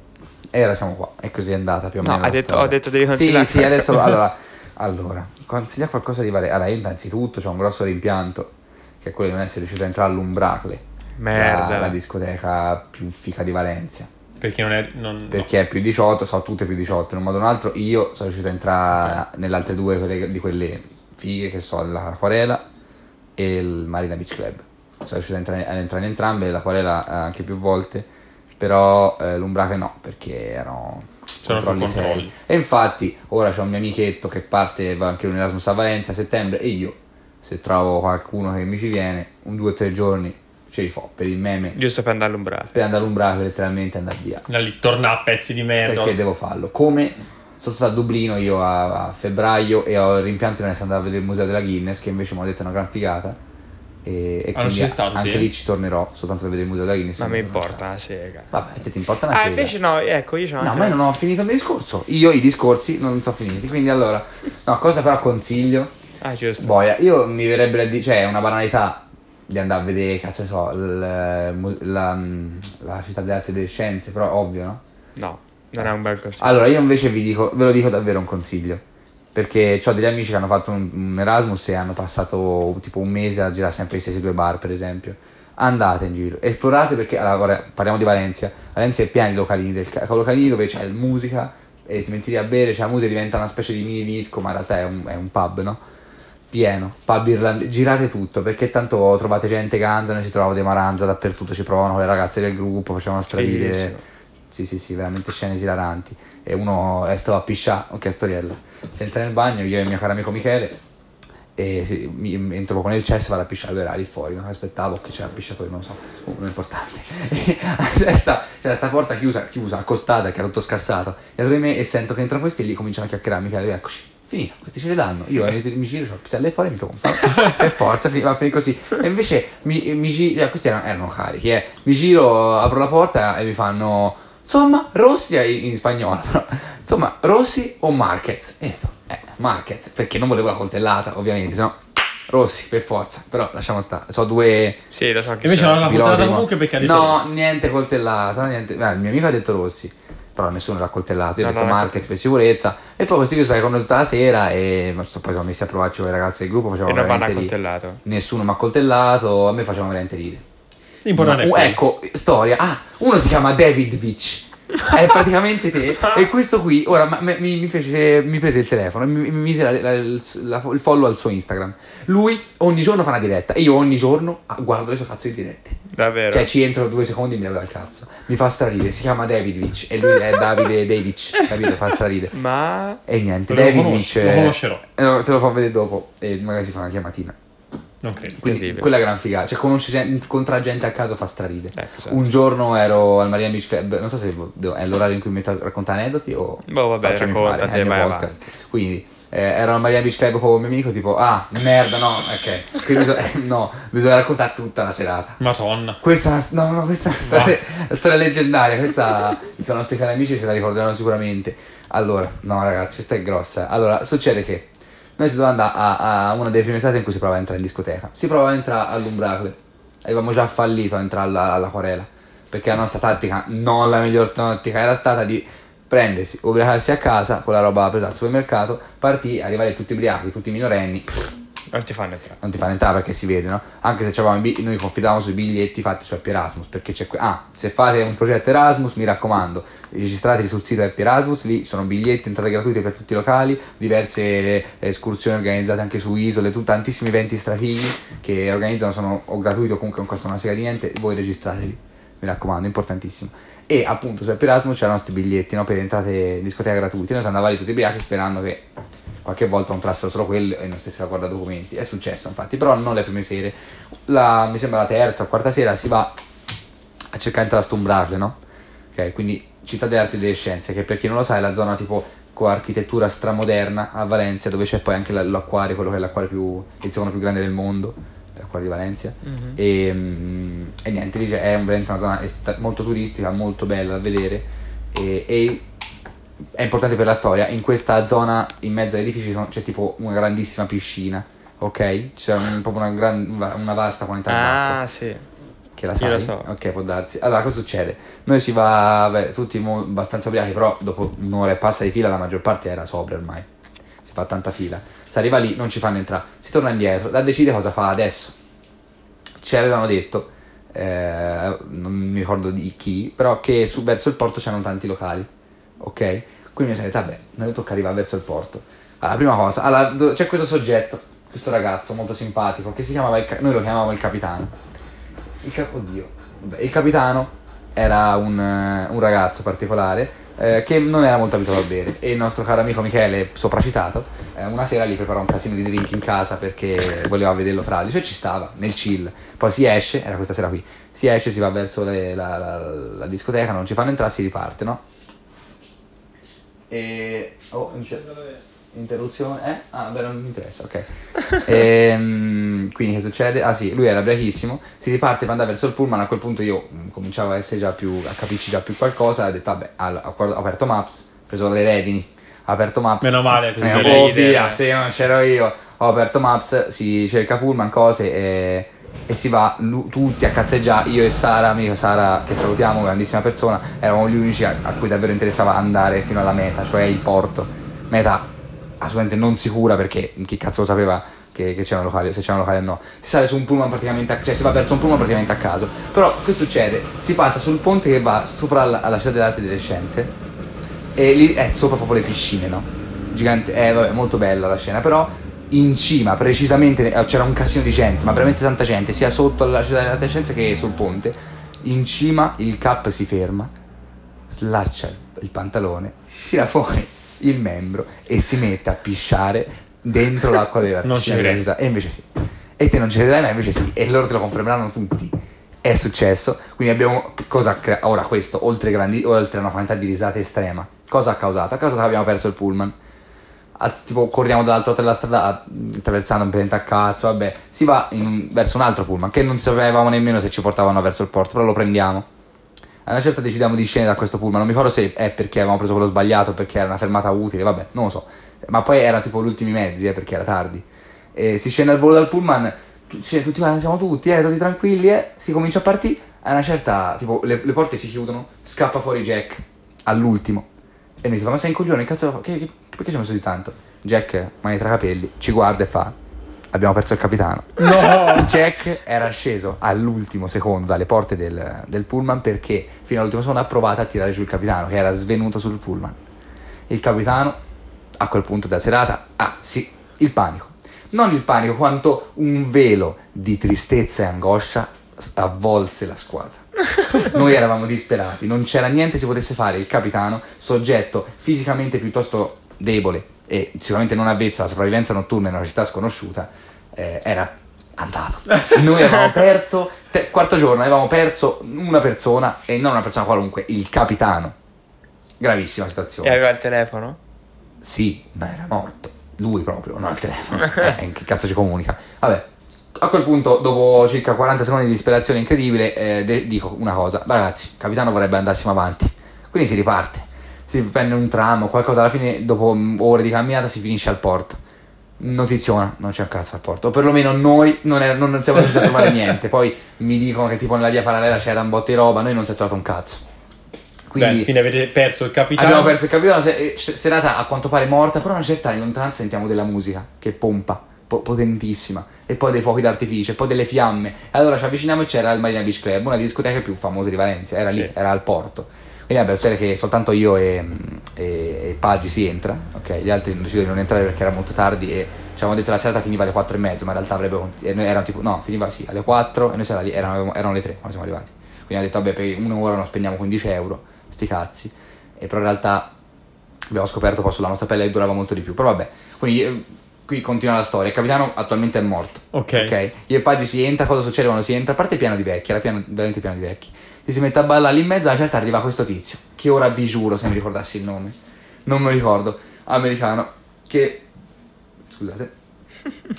S1: e ora siamo qua, e così è andata più o
S3: No,
S1: meno.
S3: hai
S1: la
S3: detto-
S1: storia.
S3: ho detto devi
S1: Sì,
S3: consigliare
S1: sì, adesso, allora, allora, consiglia qualcosa di Valenza. Allora, io innanzitutto c'è un grosso rimpianto, che è quello di non essere riuscito a entrare all'Umbracle.
S3: Merda.
S1: La, la discoteca più fica di Valencia.
S2: Perché non è. non-
S1: Perché è più 18, so tutte più 18, in un modo o in un altro. Io sono riuscito a entrare nelle altre due quelle- di quelle fighe che so, l'Aquarela e il Marina Beach Club. Sono riuscito a entrare, ad entrare in entrambe, l'Aquarela eh, anche più volte, però eh, l'Umbraca no, perché erano
S2: C'erano più
S1: controlli seri.
S2: controlli.
S1: E infatti ora c'è un mio amichetto che parte, va anche lui in Erasmus a Valenza a settembre e io, se trovo qualcuno che mi ci viene, un due o tre giorni sceriffo, per il meme,
S3: Giusto per andare all'umbrale.
S1: per andare all'umbrale letteralmente andare via.
S2: Da lì torna a pezzi di merda.
S1: Perché devo farlo? Come sono stato a Dublino io a, a febbraio e ho il rimpianto di non essere andato a vedere il museo della Guinness, che invece mi hanno detto è una gran figata. E, e
S2: Ah, non ci sei
S1: quindi
S2: stato,
S1: anche
S2: te?
S1: lì ci tornerò soltanto per vedere il museo della Guinness.
S3: Ma mi
S1: Non sono
S3: importa
S1: stato.
S3: una sega.
S1: Vabbè, te ti importa una
S3: Ah,
S1: sega.
S3: invece no, ecco, io c'ho
S1: No,
S3: anche-
S1: ma io non ho finito il mio discorso. Io i discorsi non sono finiti. Quindi allora, no, cosa però consiglio?
S3: Ah, giusto.
S1: Boia, io mi verrebbe a dire, cioè, è una banalità di andare a vedere, cazzo ne so, il- mu- la, mm, la città delle arti e delle scienze, però ovvio, no?
S3: No, non è un bel consiglio.
S1: Allora, io invece vi dico, ve lo dico davvero un consiglio. Perché ho degli amici che hanno fatto un, un Erasmus e hanno passato tipo un mese a girare sempre gli stessi due bar, per esempio. Andate in giro, esplorate perché allora, ora parliamo di Valencia. Valencia è piena di localini, del, ca- localini dove c'è musica e ti metti lì a bere, cioè la musica diventa una specie di mini disco, ma in realtà è un, è un pub, no? Pieno, pub irlandese, girate tutto perché tanto trovate gente ganza, noi ci trovavo dei maranza dappertutto, ci provavano le ragazze del gruppo, facevano stradire.
S3: Fighissimo.
S1: Sì, sì, sì, veramente scene esilaranti. E uno è stato a piscià, ok, storiella. Si entra nel bagno, io e il mio caro amico Michele, e si- mi, mi entro proprio nel cesso e vado a pisciare, allora era lì fuori, no? aspettavo che c'era il pisciatore, non lo so, comunque non è importante. E c'era sta, c'era sta porta chiusa, chiusa, accostata, che era tutto scassato, dietro di me e sento che entrano questi e lì cominciano a chiacchierare, Michele, eccoci. Finita, questi ce le danno. Io mi mi giro, ho il pisello fuori, mi tocco Per forza, fi- va a finire così. E invece mi, mi giro, cioè, questi erano, erano carichi, eh. Mi giro, apro la porta e mi fanno Insomma, Rossi è in spagnolo. però. Insomma, Rossi o Marquez? E ho detto, eh, Marquez, perché non volevo la coltellata, ovviamente, sennò Rossi per forza, però lasciamo stare. So due
S3: Sì, lo so che
S2: Invece
S3: sono.
S2: non l'ha
S1: piloti,
S2: portata
S1: ma-
S2: comunque perché ha detto
S1: No,
S2: Rossi.
S1: niente coltellata, niente. Beh, il mio amico ha detto Rossi, però nessuno l'ha coltellato. Io ho
S3: No,
S1: detto
S3: no,
S1: Marquez per sicurezza e poi questi qui sono stati con noi tutta la sera e ma so- poi sono messi a provarci con i ragazzi del gruppo,
S3: E
S1: facevano
S3: non vanno a
S1: veramente ridere.
S3: coltellato.
S1: Nessuno mi ha coltellato, a me facevano veramente ridere.
S2: L'importante è
S1: Ma-
S2: quello.
S1: ecco, storia. Ah, uno si chiama David Beach. È praticamente te. e questo qui, ora ma- me- mi, mi fece, mi prese il telefono, e mi, mi mise la- la- il, la- il follow al suo Instagram. Lui ogni giorno fa una diretta e io ogni giorno ah, guardo le sue cazzo di dirette.
S3: Davvero.
S1: Cioè, ci entro due secondi e mi levo dal cazzo. Mi fa straridere. Si chiama David Beach e lui è Davide Davic. Capito? Fa straridere.
S3: Ma...
S1: E niente,
S2: Lo
S1: David
S2: conosci-
S1: Beach.
S2: lo
S1: eh,
S2: conoscerò.
S1: eh, no, te lo fa vedere dopo e magari si fa una chiamatina.
S2: Non credo.
S1: Quindi
S3: Incredibile.
S1: quella è gran figata, cioè conosci gente, incontra gente a caso fa straride.
S3: Ecco, esatto.
S1: Un giorno ero al Marina Beach Club, non so se devo- è l'orario in cui mi metto a raccontare aneddoti o...
S3: Boh, vabbè,
S1: faccio mi
S3: raccontate,
S1: pare, è il mio
S3: vai
S1: podcast. Quindi eh, ero al Marina Beach Club con un mio amico tipo, ah, merda, no, ok, Qui bisogna, no, bisogna raccontare tutta la serata.
S2: Madonna.
S1: Questa, è una- no, no, questa è una storia, una storia leggendaria, questa i nostri cari amici se la ricorderanno sicuramente. Allora, no ragazzi, questa è grossa. Allora, succede che noi si dovevamo andare a, a una delle prime estate in cui si provava a entrare in discoteca. Si provava a entrare all'Umbracle. Avevamo già fallito a entrare alla, all'Aquarela, perché la nostra tattica, non la miglior tattica, era stata di prendersi, ubriacarsi a casa con la roba presa al supermercato, partire, arrivare tutti ubriachi, tutti minorenni,
S3: Non ti fanno entrare.
S1: non ti fanno entrare perché si vede, no? Anche se c'avevamo i bi- noi confidavamo sui biglietti fatti su Happy Erasmus, perché c'è que- ah, se fate un progetto Erasmus, mi raccomando, registratevi sul sito Happy Erasmus, lì sono biglietti, entrate gratuite per tutti i locali, diverse eh, escursioni organizzate anche su isole, tu- tantissimi eventi strafighi che organizzano sono o gratuiti o comunque non costano una sega di niente, voi registratevi, mi raccomando, importantissimo. E appunto su Happy Erasmus c'erano questi biglietti no, per entrate in discoteca gratuite, noi siamo andati lì tutti ubriachi sperando che qualche volta contrassero solo quello e non stessero a guardare documenti. È successo, infatti, però non le prime sere. La- mi sembra la terza o quarta sera si va a cercare entrare a Stumbrarle, no? Ok, quindi Città delle Arti e delle Scienze, che per chi non lo sa è la zona tipo con architettura stramoderna a Valencia, dove c'è poi anche la- l'acquario, quello che è l'acquario più, il secondo più grande del mondo, l'acquario di Valencia.
S2: Mhm.
S3: Mhm.
S1: E, mm, e niente, lì c'è- è un- veramente una zona est- molto turistica, molto bella da vedere e, e è importante per la storia. In questa zona, in mezzo agli edifici, sono- c'è tipo una grandissima piscina, ok? C'è un- proprio una, gran- una vasta quantità d'acqua.
S3: Ah, sì.
S1: Che la
S3: Io
S1: sai?
S3: lo so.
S1: Ok, può darsi. Allora, cosa succede? Noi si va, beh, tutti mo- abbastanza ubriachi, però dopo un'ora e passa di fila la maggior parte era sobria ormai. Si fa tanta fila. Si arriva lì, non ci fanno entrare. Si torna indietro, la decide cosa fa adesso. Ci avevano detto, eh, non mi ricordo di chi, però che su- verso il porto c'erano tanti locali, ok? Quindi mi sono detto, vabbè, noi tocca arrivare verso il porto. Allora, prima cosa, allora, do- c'è questo soggetto, questo ragazzo molto simpatico, che si chiamava, il ca- noi lo chiamavamo il capitano. Il cap- oddio. Vabbè, il capitano era un, eh, un ragazzo particolare eh, che non era molto abituato a bere e il nostro caro amico Michele, sopracitato, eh, una sera gli preparò un casino di drink in casa perché voleva vederlo fradicio e ci stava, nel chill. Poi si esce, era questa sera qui, si esce, si va verso le- la, la- la discoteca, non ci fanno entrare, si riparte, no? E... Oh, inter- interruzione? Eh? Ah, beh, non mi interessa, ok. Ehm, quindi che succede? Ah sì, lui era briachissimo, si riparte per andare verso il pullman, a quel punto io mh, cominciavo a essere già più, a capirci già più qualcosa, ho detto vabbè, al- ho guard- ho aperto Maps, ho preso le redini, ho aperto Maps.
S2: Meno male, così
S1: Eh,
S2: non
S1: oh,
S2: hai idea.
S1: via, se non c'ero io. Ho aperto Maps, si cerca pullman, cose e, e si va lu- tutti a cazzeggiare. Io e Sara, amica Sara, che salutiamo, grandissima persona, eravamo gli unici a, a cui davvero interessava andare fino alla meta, cioè il porto. Meta assolutamente non sicura perché chi cazzo lo sapeva che, che c'era un locale, se c'era un locale o no. Si sale su un pullman praticamente a, cioè si va verso un pullman praticamente a caso. Però che succede? Si passa sul ponte che va sopra alla, alla città dell'arte e delle scienze e lì è sopra proprio le piscine, no? Gigante, eh, vabbè, molto bella la scena, però in cima, precisamente, eh, c'era un casino di gente, ma veramente tanta gente, sia sotto alla città delle scienze che sul ponte. In cima il cap si ferma, slaccia il, il pantalone, tira fuori il membro e si mette a pisciare dentro l'acqua della
S2: Non ci
S1: piscina della
S2: credo.
S1: città. E invece sì. E te non ci crederai, ma invece sì. E loro te lo confermeranno tutti. È successo. Quindi abbiamo. Cosa crea- Ora, questo, oltre, grandi- oltre a una quantità di risate estrema, cosa ha causato? Ha causato che abbiamo perso il pullman. A- tipo, corriamo dall'altra parte della strada, a- attraversando un presente a cazzo. Vabbè, si va in- verso un altro pullman che non sapevamo nemmeno se ci portavano verso il porto, però lo prendiamo. A una certa decidiamo di scendere da questo pullman. Non mi ricordo se è perché avevamo preso quello sbagliato, perché era una fermata utile, vabbè, non lo so. Ma poi era tipo gli ultimi mezzi, eh, perché era tardi. E si scende al volo dal pullman, tu- cioè, tutti, quanti- siamo tutti, eh, tutti tranquilli, eh, si comincia a partire. A una certa, tipo, le, le porte si chiudono, scappa fuori Jack, all'ultimo. E noi diciamo, ma sei un coglione, cazzo, che- che- perché ci hai messo di tanto? Jack, mani tra i capelli, ci guarda e fa, abbiamo perso il capitano. Jack era sceso all'ultimo secondo dalle porte del, del pullman perché fino all'ultimo secondo ha provato a tirare giù il capitano che era svenuto sul pullman. Il capitano a quel punto della serata ah sì, il panico. Non il panico quanto un velo di tristezza e angoscia s- avvolse la squadra. Noi eravamo disperati, non c'era niente si potesse fare. Il capitano, soggetto fisicamente piuttosto debole e sicuramente non avvezzo alla sopravvivenza notturna in una città sconosciuta, eh, era andato. Noi avevamo perso, te- quarto giorno, avevamo perso una persona e non una persona qualunque, il capitano. Gravissima
S3: E
S1: situazione.
S3: aveva il telefono?
S1: Sì, ma era morto. Lui proprio, non al telefono. Eh, che cazzo ci comunica? Vabbè. A quel punto, dopo circa 40 secondi di disperazione incredibile, eh, de- dico una cosa. Ragazzi, il capitano vorrebbe andassimo avanti. Quindi si riparte. Si prende un tram o qualcosa. Alla fine, dopo mm, ore di camminata, si finisce al porto. Notiziona, non c'è un cazzo al porto. O perlomeno noi non, er- non siamo riusciti a trovare niente. Poi mi dicono che tipo nella via parallela c'era un botte di roba. Noi non si è trovato un cazzo.
S2: Quindi, Beh, quindi avete perso il capitano.
S1: Abbiamo perso il capitano, se- eh, serata a quanto pare morta, però a una certa in lontananza sentiamo della musica che pompa, po- potentissima, e poi dei fuochi d'artificio, e poi delle fiamme. E allora ci avviciniamo e c'era il Marina Beach Club, una delle discoteche più famose di Valencia, era lì,
S2: Sì.
S1: era al porto. Quindi abbiamo certo che soltanto io e, e, e Paggi si entra, ok? Gli altri hanno deciso di non entrare perché era molto tardi e ci avevamo detto la serata finiva alle 4 e mezzo, ma in realtà avrebbe... cont- e noi erano tipo, no, finiva sì, alle 4 e noi sarà lì, erano, erano le 3 quando siamo arrivati. Quindi hanno detto, vabbè, per un'ora non spendiamo 15 euro, sti cazzi. E però in realtà abbiamo scoperto poi sulla nostra pelle che durava molto di più. Però vabbè, quindi eh, qui continua la storia. Il capitano attualmente è morto.
S2: Ok.
S1: Ok, io e Paggi si entra, cosa succede quando si entra? A parte il piano di vecchi, era piano, veramente piano di vecchi. Ci si mette a ballare lì in mezzo, a una certa arriva questo tizio, che ora vi giuro se mi ricordassi il nome, non me lo ricordo, americano, che... scusate,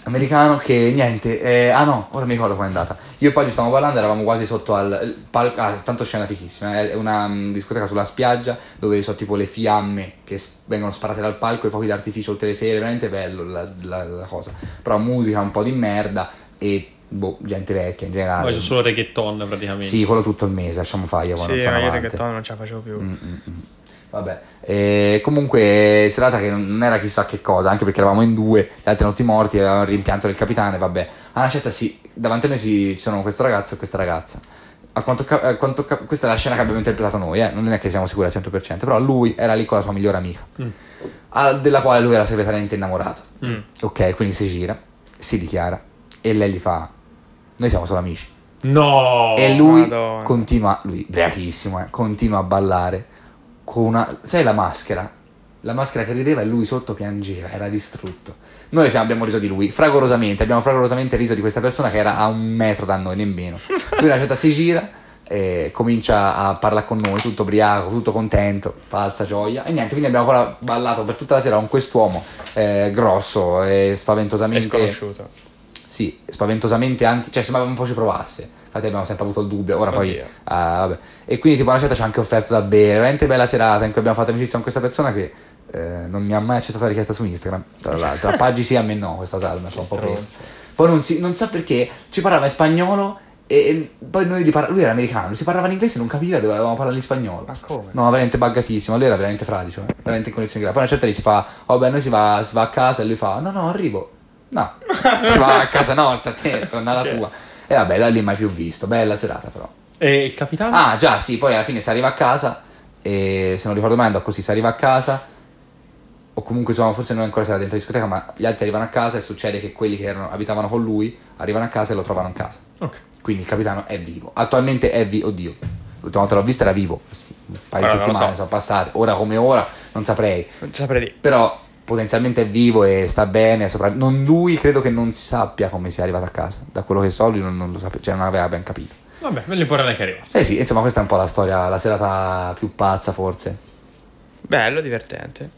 S1: americano che niente, eh, ah no, ora mi ricordo com'è andata. Io e Paggi stavamo parlando, eravamo quasi sotto al palco, ah, tanto scena fichissima, è una mm, discoteca sulla spiaggia dove ci sono tipo le fiamme che s- vengono sparate dal palco, i fuochi d'artificio tutte le sere, veramente bello la, la- la cosa. Però musica un po' di merda e boh, gente vecchia in generale.
S2: Poi c'è solo reggaeton praticamente.
S1: Sì, quello tutto il mese, lasciamo fare io quando
S3: sì,
S1: sono
S3: ma io il
S1: avanti.
S3: reggaeton non ce la facevo più.
S1: Mm, mm, mm. Vabbè, Eh, comunque serata che non era chissà che cosa, anche perché eravamo in due, le altre notti morti, avevamo il rimpianto del capitano e vabbè. A una certa sì, davanti a noi si- ci sono questo ragazzo e questa ragazza. A quanto cap- a quanto cap- questa è la scena che abbiamo interpretato noi, eh, non è che siamo sicuri al 100%, però lui era lì con la sua migliore amica,
S3: Mm.
S1: a- della quale lui era segretamente innamorato.
S2: Mm.
S1: Ok, quindi si gira, si dichiara e lei gli fa, noi siamo solo amici.
S2: No.
S1: E lui
S3: Oh, Madonna.
S1: continua, lui, briachissimo, eh, continua a ballare con una... Sai la maschera? la maschera che rideva e lui sotto piangeva, era distrutto. Noi siamo- abbiamo riso di lui, fragorosamente, abbiamo fragorosamente riso di questa persona che era a un metro da noi, nemmeno. Lui una certa si gira e comincia a parlare con noi, tutto ubriaco, tutto contento, falsa gioia. E niente, quindi abbiamo ancora ballato per tutta la sera con quest'uomo eh, grosso e
S3: È
S1: spaventosamente
S3: sconosciuto.
S1: sì, spaventosamente anche, cioè sembrava un po' ci provasse. Infatti abbiamo sempre avuto il dubbio, ora poi...
S3: Oddio.
S1: ah, vabbè. E quindi tipo una certa ci ha anche offerto da bere, veramente bella serata in cui abbiamo fatto amicizia con questa persona che eh, non mi ha mai accettato la richiesta su Instagram, tra l'altro. A Paggi sì, a me no, questa salma, sono un po' preso.
S3: Stronzo.
S1: Poi non, si, non sa perché ci parlava in spagnolo e, e poi noi gli parla- lui era americano, si parlava in inglese e non capiva dove dovevamo parlare in spagnolo.
S3: Ma come?
S1: No, veramente baggatissimo, lui era veramente fradicio, eh, veramente in condizioni gravi. Poi una certa lì si fa, oh beh, noi si va, si va a casa e lui fa, no, no, arrivo. No, si va a casa nostra, te, torna alla tua. E vabbè, da lì mai più visto, bella serata però.
S2: E il capitano?
S1: Ah, già, sì, poi alla fine si arriva a casa e se non ricordo male andò così, si arriva a casa o comunque insomma forse non è ancora stata dentro la discoteca, ma gli altri arrivano a casa e succede che quelli che erano- abitavano con lui arrivano a casa e lo trovano in casa.
S2: Ok.
S1: Quindi il capitano è vivo. Attualmente è vivo, oddio. L'ultima volta l'ho visto era vivo. Un paio di
S3: Ora non lo
S1: settimane
S3: so.
S1: sono passate, ora come ora, non saprei.
S3: Non ti saprei di.
S1: Però potenzialmente è vivo e sta bene. sopra- Non lui credo che non si sappia come sia arrivato a casa. Da quello che so, lui non, non lo sapeva, cioè non aveva ben capito.
S2: Vabbè, l'importante è che è arrivato.
S1: Eh sì, insomma, questa è un po' la storia, la serata più pazza, forse.
S3: Bello, divertente.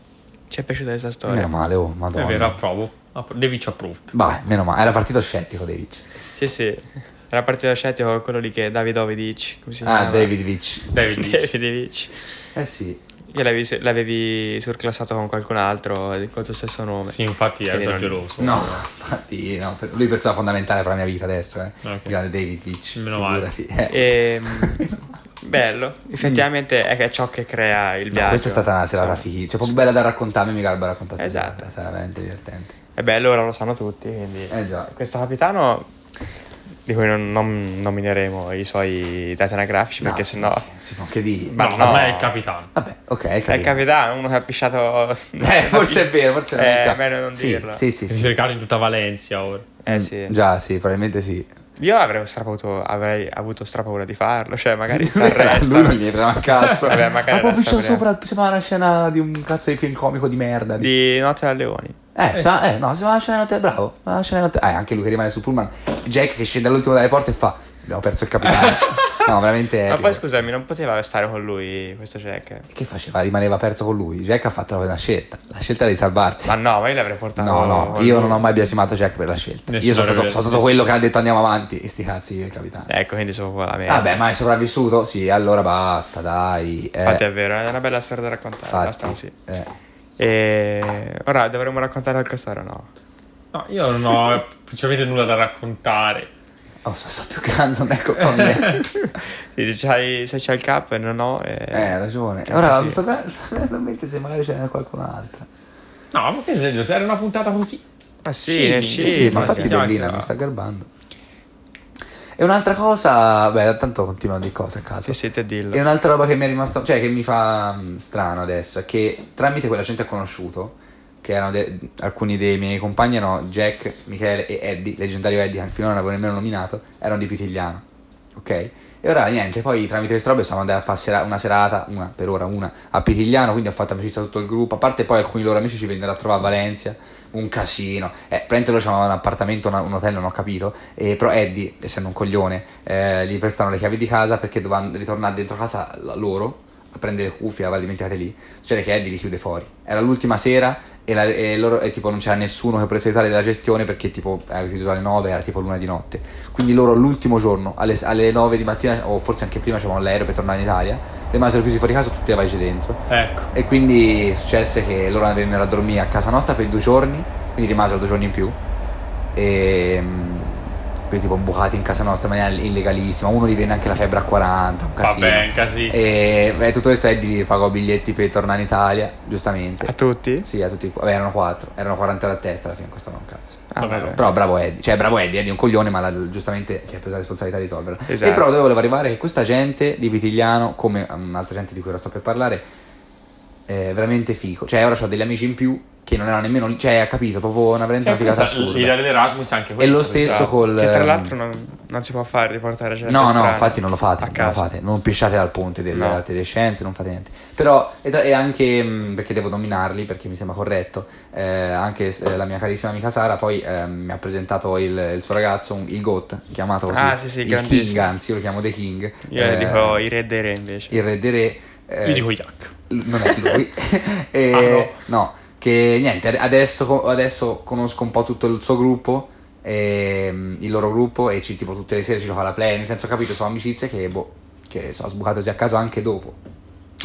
S3: Ci è piaciuta questa
S1: Meno
S3: storia.
S1: male, oh,
S2: È vero,
S1: madonna.
S2: approvo. Appro- Devi ci approved.
S1: Vai, meno male. Era partito scettico, David.
S3: Sì, sì. Era partito da scettico con quello lì che è Davidovic. Come si
S1: Ah,
S3: chiama?
S1: David Vich.
S2: Devi dirci.
S3: Davidovic.
S1: Eh sì.
S3: Io l'avevi, l'avevi surclassato con qualcun altro eh, col tuo stesso nome.
S2: Sì, infatti è
S3: Che non-
S2: esagerato.
S1: No, infatti, no, per- lui pensava fondamentale per la mia vita adesso, eh.
S2: Ok.
S1: Il grande David eh. Vich.
S2: Meno male.
S3: Ehm, bello, effettivamente è che è ciò che crea il viaggio.
S1: questa è stata una serata
S3: Insomma.
S1: fighissima, cioè proprio bella da raccontarmi, mi garba raccontare.
S3: Esatto.
S1: È stata veramente divertente.
S3: E bello, ora Eh lo sanno tutti. Quindi
S1: Eh già.
S3: Questo capitano, di cui non, non nomineremo i suoi dati anagrafici perché sennò
S1: Si può anche dire.
S3: Ma
S2: no,
S3: no.
S2: ma è il capitano.
S1: Vabbè, ok, è il
S3: è il
S1: capitano.
S3: capitano, uno che ha pisciato.
S1: Eh, forse è vero, forse
S3: eh,
S1: è
S3: meglio non
S1: sì,
S3: dirlo.
S1: Sì, sì,
S2: Si
S1: sì.
S2: cercare in tutta Valencia ora.
S3: Eh sì.
S1: Già, sì, probabilmente sì.
S3: Io avrei, strapavuto, avrei avuto strapaura di farlo, cioè magari ti
S1: lui non
S3: arrestano.
S1: gli frega un cazzo.
S3: Vabbè, magari
S1: Ma proprio
S3: resta
S1: c'è
S3: prima.
S1: sopra sembra una scena di un cazzo di film comico di merda. di-
S3: Di Notte da Leoni.
S1: Eh, sa- eh, no, sembra una scena di notte, bravo. sembra Una scena di notte. Ah, e anche lui che rimane sul pullman. Jack che scende all'ultimo dalle porte e fa. Abbiamo perso il capitano. no, veramente.
S3: Ma
S1: epico.
S3: poi scusami, non poteva stare con lui questo check.
S1: Che faceva? Rimaneva perso con lui. Jack ha fatto una scelta. La scelta era di salvarsi.
S3: Ma no, ma io l'avrei portato.
S1: No, no,
S3: con
S1: io
S3: lui.
S1: non ho mai biasimato Jack per la scelta.
S2: Nessuno
S1: Io sono stato,
S2: avrebbe-
S1: sono stato quello che ha detto andiamo avanti. E sti cazzi, il capitano.
S3: Ecco, quindi sono qua la merda.
S1: Vabbè, ma è sopravvissuto? Sì, allora basta, dai. Eh,
S3: Infatti è vero, è una bella storia da raccontare.
S1: infatti,
S3: basta così.
S1: eh.
S3: E ora dovremmo raccontare qualcosa, o no?
S2: No, io non ho principalmente nulla da raccontare.
S1: Oh, so, so più cazzo, non è colpa mia.
S3: Sì, se, c'hai, se c'è il cap, non ho. eh,
S1: Eh, hai ragione.
S3: Che
S1: Ora
S3: sì.
S1: mi sto pe- sto venendo in mente se magari ce n'è qualcun'altra.
S2: No, ma che senso? Se era una puntata così.
S3: Ah sì,
S2: Sì,
S3: nel
S1: Sì,
S2: sì,
S1: sì,
S3: cinema,
S1: ma
S2: ma
S1: infatti
S2: sì.
S1: Bellina mi sta garbando. E un'altra cosa, beh, tanto continuano di cose a caso.
S3: Sì, sì, te dillo.
S1: E un'altra roba che mi è rimasta, cioè che mi fa mh, strano adesso, è che tramite quella gente che ho conosciuto, che erano de- alcuni dei miei compagni, erano Jack, Michele e Eddie, leggendario Eddie, che finora non avevo nemmeno nominato, erano di Pitigliano, ok? E ora niente, poi tramite queste robe siamo andati a fare sera- una serata, una per ora, una a Pitigliano, quindi ho fatto amicizia tutto il gruppo, a parte poi alcuni loro amici ci vennero a trovare a Valencia, un casino. Eh, praticamente loro c'avevano un appartamento, una- un hotel, non ho capito. eh, però Eddie, essendo un coglione, eh, gli prestano le chiavi di casa perché dovevano ritornare dentro casa la- loro a prendere le cuffie, l'avevo dimenticate lì. Succede che Eddie li chiude fuori. Era l'ultima sera e, la- e loro, e tipo non c'era nessuno che potesse aiutare la gestione perché tipo aveva chiuso alle 9, era tipo l'una di notte. Quindi loro l'ultimo giorno, alle, alle 9 di mattina, o forse anche prima, c'erano l'aereo per tornare in Italia, rimasero chiusi fuori casa, tutti le valigie dentro.
S2: Ecco.
S1: E quindi successe che loro vennero a dormire a casa nostra per due giorni, quindi rimasero due giorni in più. E mm, quindi tipo bucati in casa nostra in maniera illegalissima. Uno gli venne anche la febbre a 40, un casino.
S2: Vabbè, è un casino.
S1: E beh, tutto questo Eddie gli pagò biglietti per tornare in Italia, giustamente.
S3: A tutti?
S1: Sì, a tutti. Vabbè, erano quattro, erano 40 euro a testa alla fine, questo non cazzo.
S3: Ah,
S2: Vabbè,
S3: vabbè.
S1: Però bravo Eddie, cioè bravo Eddie, Eddie è un coglione, ma la- giustamente si è presa la responsabilità di risolverla.
S3: Esatto.
S1: E però dove volevo arrivare è che questa gente di Vitigliano, come un'altra gente di cui ora sto per parlare, è veramente fico. Cioè ora ho degli amici in più che non era nemmeno lì, cioè ha capito, proprio una veramente una figata assurda.
S2: l'idea dell'Erasmus è anche
S1: E
S2: questa.
S1: lo stesso
S2: cioè,
S1: col...
S3: Che tra
S1: ehm,
S3: l'altro non, non si può fare riportare certe
S1: No, no,
S3: strane
S1: infatti non lo fate,
S3: A
S1: non, lo
S3: casa.
S1: fate, non pisciate dal ponte delle
S3: No.
S1: arti delle scienze, non fate niente. Però, e, tra- e anche, mh, perché devo nominarli, perché mi sembra corretto, eh, anche eh, la mia carissima amica Sara poi ehm, mi ha presentato il, il suo ragazzo, un- il GOT, chiamato così,
S3: Ah, sì, sì,
S1: il
S3: grandissimo.
S1: King, anzi io lo chiamo The King,
S3: Io
S1: eh,
S3: dico i re dei re invece.
S1: il re dei re, eh,
S2: Io dico Yak.
S1: l- non è lui, E-
S2: Ah, no.
S1: no, che niente, adesso, co- adesso conosco un po' tutto il suo gruppo, ehm, il loro gruppo e ci tipo tutte le sere ci gioca la play, nel senso capito, sono amicizie che boh, che sono sbucate così a caso anche dopo.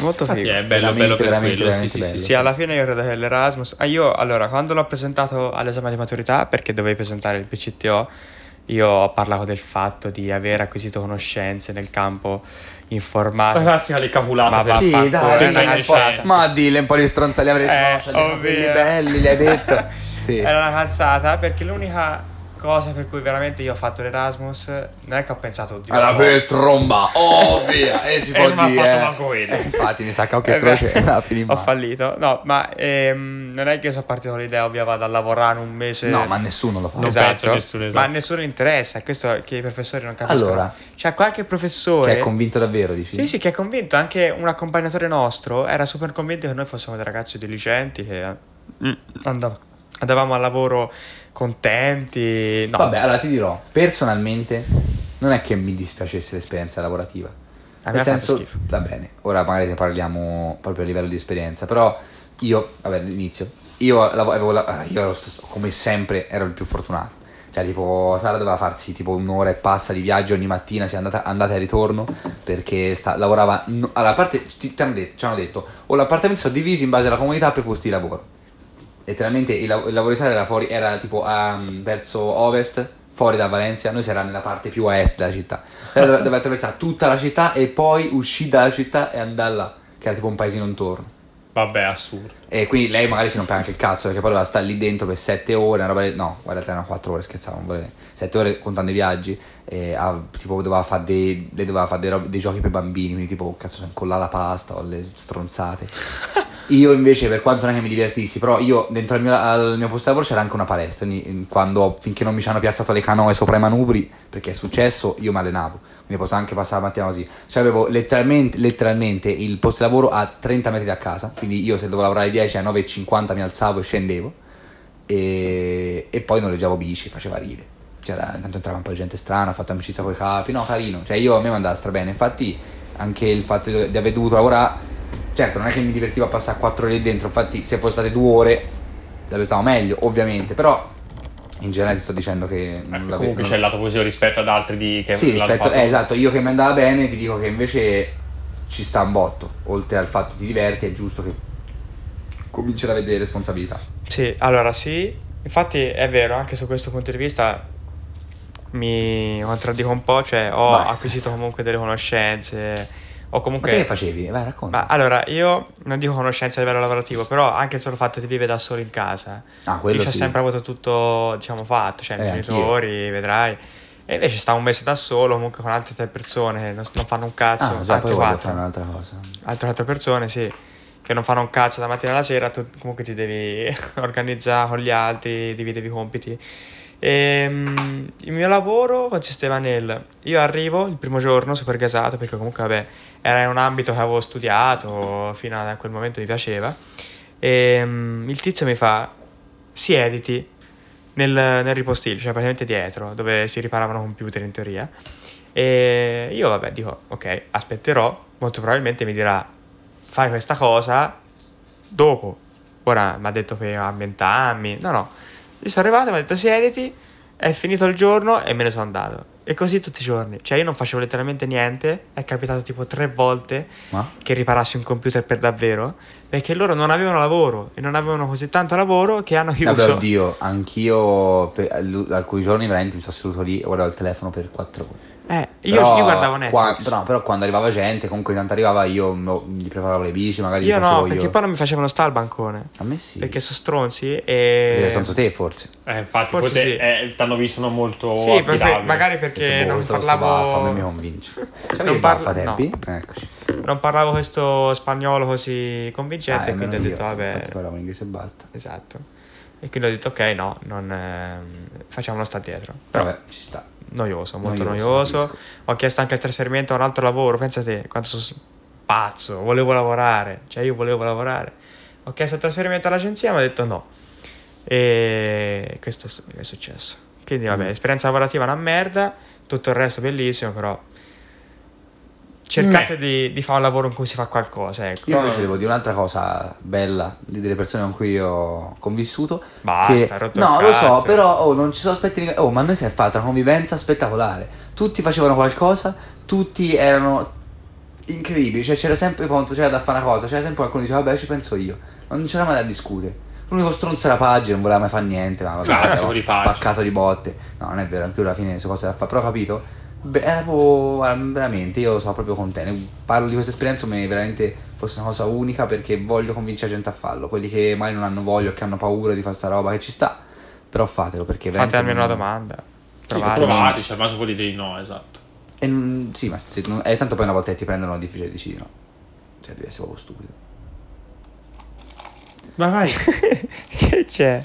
S3: Molto
S2: Infatti
S3: figo.
S2: è bello, bello per
S1: veramente,
S2: quello. Sì,
S1: veramente
S2: sì, sì,
S1: bello.
S3: Sì, alla fine io credo che l'Erasmus. Ah, io allora, quando l'ho presentato all'esame di maturità, perché dovevi presentare il PCTO, io ho parlato del fatto di aver acquisito conoscenze nel campo
S1: Ah,
S2: La
S3: informatico.
S2: classica le capulate.
S3: Ma
S2: per- eh,
S3: sì,
S2: per-
S3: dai,
S2: per-
S3: eh, dai,
S2: per-
S3: dai,
S2: cioè,
S3: dai.
S1: Ma dille un po' di stronzali avrei
S3: Eh,
S1: no, c'ha dei capelli
S3: ovvio.
S1: belli, li hai detto. Sì.
S3: Era una calzata perché l'unica cosa per cui veramente io ho fatto l'Erasmus non è che ho pensato di
S1: Allora, per tromba, oh via, e si
S2: E
S1: può
S2: non ha
S1: dire.
S2: fatto
S1: eh.
S2: manco quello.
S1: Eh, Infatti, mi sa che occhio
S3: Eh
S1: e croce
S3: beh,
S1: la finì
S3: Ho
S1: male.
S3: fallito. No, ma ehm, non è che io sono partito con l'idea ovvia vado a lavorare un mese.
S1: No, ma nessuno lo fa.
S2: Non
S3: Esatto.
S2: penso a nessuno, esatto.
S3: Ma a nessuno interessa, è questo che i professori non capiscono.
S1: Allora.
S3: c'è qualche professore
S1: Che cioè, è convinto davvero, dici?
S3: eh. Sì, sì, che è convinto, anche un accompagnatore nostro era super convinto che noi fossimo dei ragazzi diligenti che eh, andav- andavamo al lavoro contenti. No,
S1: Vabbè, allora ti dirò, personalmente non è che mi dispiacesse l'esperienza lavorativa.
S3: A me
S1: Nel
S3: ha fatto
S1: senso,
S3: schifo.
S1: va bene, ora magari ne parliamo proprio a livello di esperienza, però io, vabbè, all'inizio, io, lav- avevo la- ah, io ero st- come sempre ero il più fortunato. Cioè, tipo, Sara doveva farsi tipo un'ora e passa di viaggio ogni mattina, si è andata, andata e ritorno, perché sta- lavorava... no- allora, a parte, ti, ti hanno detto, ci hanno detto, o l'appartamento sono divisi in base alla comunità per posti di lavoro letteralmente il, lav- il lavoro di sala era fuori era tipo a- verso ovest fuori da Valencia noi si era nella parte più a est della città Allora dove- doveva attraversare tutta la città e poi uscì dalla città e andare là che era tipo un paesino intorno
S2: Vabbè, assurdo.
S1: e quindi lei magari si rompeva anche il cazzo perché poi doveva stare lì dentro per 7 ore, una roba del- no, guardate erano 4 ore, scherzavo, 7 ore contando i viaggi, e ha- tipo doveva fare dei, lei doveva fare dei, rob- dei giochi per bambini, quindi tipo cazzo incollare la pasta o le stronzate. Io invece per quanto non è che mi divertissi, però io dentro al mio, al mio posto di lavoro c'era anche una palestra, quindi quando, finché non mi ci hanno piazzato le canoe sopra i manubri, perché è successo, io mi allenavo, quindi posso anche passare la mattina così. Cioè avevo letteralmente, letteralmente il posto di lavoro a 30 metri da casa, quindi io se dovevo lavorare alle 10 alle 9.50 mi alzavo e scendevo e, e poi noleggiavo bici, faceva ridere. C'era, tanto entrava un po' di gente strana, ho fatto amicizia con i capi, no carino, cioè io a me mi andava strabene, infatti anche il fatto di di aver dovuto lavorare, certo non è che mi divertiva a passare 4 ore lì dentro, infatti se fossero state 2 ore sarebbe stato meglio ovviamente, però in generale ti sto dicendo che
S2: Eh,
S1: non la
S2: comunque
S1: non-
S2: c'è il lato positivo rispetto ad altri di, che
S1: sì,
S2: l'hanno
S1: rispetto,
S2: fatto.
S1: eh, esatto, io che mi andava bene ti dico che invece ci sta un botto, oltre al fatto che ti diverti è giusto che cominci ad avere delle responsabilità.
S3: Sì, allora sì, infatti è vero, anche su questo punto di vista mi contraddico un po', cioè ho
S1: Vai.
S3: acquisito comunque delle conoscenze, ho
S1: Ma
S3: comunque...
S1: te che facevi? Vai, racconta.
S3: Ma allora, io non dico conoscenza a livello lavorativo, però anche il solo fatto di vivere da solo in casa.
S1: Ah, quello
S3: Io ci ho
S1: sì.
S3: sempre avuto tutto, diciamo, fatto, cioè
S1: Eh,
S3: i genitori, vedrai. E invece stavo un mese da solo, comunque con altre tre persone che non, non fanno un cazzo,
S1: Ah, già, poi
S3: altre
S1: voglio
S3: quattro,
S1: fare un'altra cosa.
S3: altre quattro persone, sì, che non fanno un cazzo da mattina alla sera, tu comunque ti devi organizzare con gli altri, dividevi i compiti. Ehm, il mio lavoro consisteva nel... Io arrivo il primo giorno super gasato perché comunque vabbè era in un ambito che avevo studiato, fino a quel momento mi piaceva. E mm, il tizio mi fa: siediti nel, nel ripostiglio, cioè praticamente dietro, dove si riparavano computer in teoria. E io, vabbè, dico: ok, aspetterò. Molto probabilmente mi dirà: fai questa cosa dopo. Ora mi ha detto che a 20 anni. No, no. Io sono arrivato, mi ha detto: siediti. È finito il giorno e me ne sono andato. E così tutti i giorni. Cioè, io non facevo letteralmente niente. È capitato tipo tre volte
S1: Ma?
S3: che riparassi un computer per davvero, perché loro non avevano lavoro e non avevano così tanto lavoro che hanno chiuso.
S1: Vabbè, oddio, anch'io per- alcuni giorni veramente mi sono seduto lì e guardavo il telefono per 4 ore.
S3: Eh, io, io guardavo Netflix.
S1: qua- no, però quando arrivava gente, comunque tanto arrivava io, mo- gli preparavo le bici, magari
S3: io
S1: gli
S3: no,
S1: facevo
S3: perché
S1: io.
S3: poi non mi facevano stare al bancone.
S1: A me sì.
S3: Perché sono stronzi e...
S1: Perché senza te forse.
S2: Eh, infatti,
S3: Forse
S2: forse
S3: sì.
S2: ti hanno visto non molto
S1: Oh,
S3: Sì, perché-
S2: affidabile.
S3: magari
S1: Ho detto,
S3: perché
S1: boh,
S3: non
S1: questo- questo
S3: parlavo...
S1: Baffa, non mi convince.
S3: Non
S1: Sapevi
S3: parla-
S1: baffa tempi? Eccoci.
S3: non parlavo questo spagnolo così
S1: Ah,
S3: convincente,
S1: eh,
S3: quindi ho
S1: meno
S3: detto,
S1: io.
S3: vabbè,
S1: Infatti parlavo inglese e basta.
S3: esatto. E quindi ho detto, ok, no, non, ehm, facciamolo sta dietro.
S1: Però vabbè, ci sta.
S3: Noioso, molto
S1: Noioso,
S3: noioso.
S1: capisco.
S3: Ho chiesto anche al trasferimento a un altro lavoro, pensa te, quanto sono s- pazzo, volevo lavorare, cioè io volevo lavorare. Ho chiesto il trasferimento all'agenzia, mi ha detto no. E questo è s- è successo. Quindi
S1: Mm.
S3: vabbè, esperienza lavorativa è una merda, tutto il resto bellissimo, però cercate di, di fare un lavoro in cui si fa qualcosa, ecco.
S1: Mm. Io invece devo dire un'altra cosa bella di delle persone con cui ho convissuto.
S3: Basta,
S1: che-
S3: hai rotto il
S1: No, lo so,
S3: cazzo.
S1: però oh, non ci sono aspetti. Oh, ma noi si è fatta una convivenza spettacolare. Tutti facevano qualcosa, tutti erano incredibili. Cioè, c'era sempre quando c'era da fare una cosa, c'era sempre qualcuno che diceva, vabbè, ci penso io. Non c'era mai da discutere. L'unico stronzo era Paggi, non voleva mai fare niente, ma vabbè,
S2: Classico
S1: stava
S2: di Paggi.
S1: spaccato di botte. No, non è vero, anche lui alla fine su cose da fare, però ho capito. Beh, era proprio, guarda, veramente, io sono proprio contento. Parlo di questa esperienza come veramente fosse una cosa unica perché voglio convincere gente a farlo. Quelli che mai non hanno voglia, o che hanno paura di fare sta roba, che ci sta. Però fatelo perché
S3: Fate
S1: veramente-
S3: almeno una domanda.
S2: Sì,
S3: Provate.
S2: provate, cioè, al massimo vuol dire no, esatto.
S1: E non- sì, ma se, non- eh, tanto poi una volta che ti prendono è difficile dici di no. Cioè, devi essere proprio stupido.
S2: Ma vai.
S3: che c'è?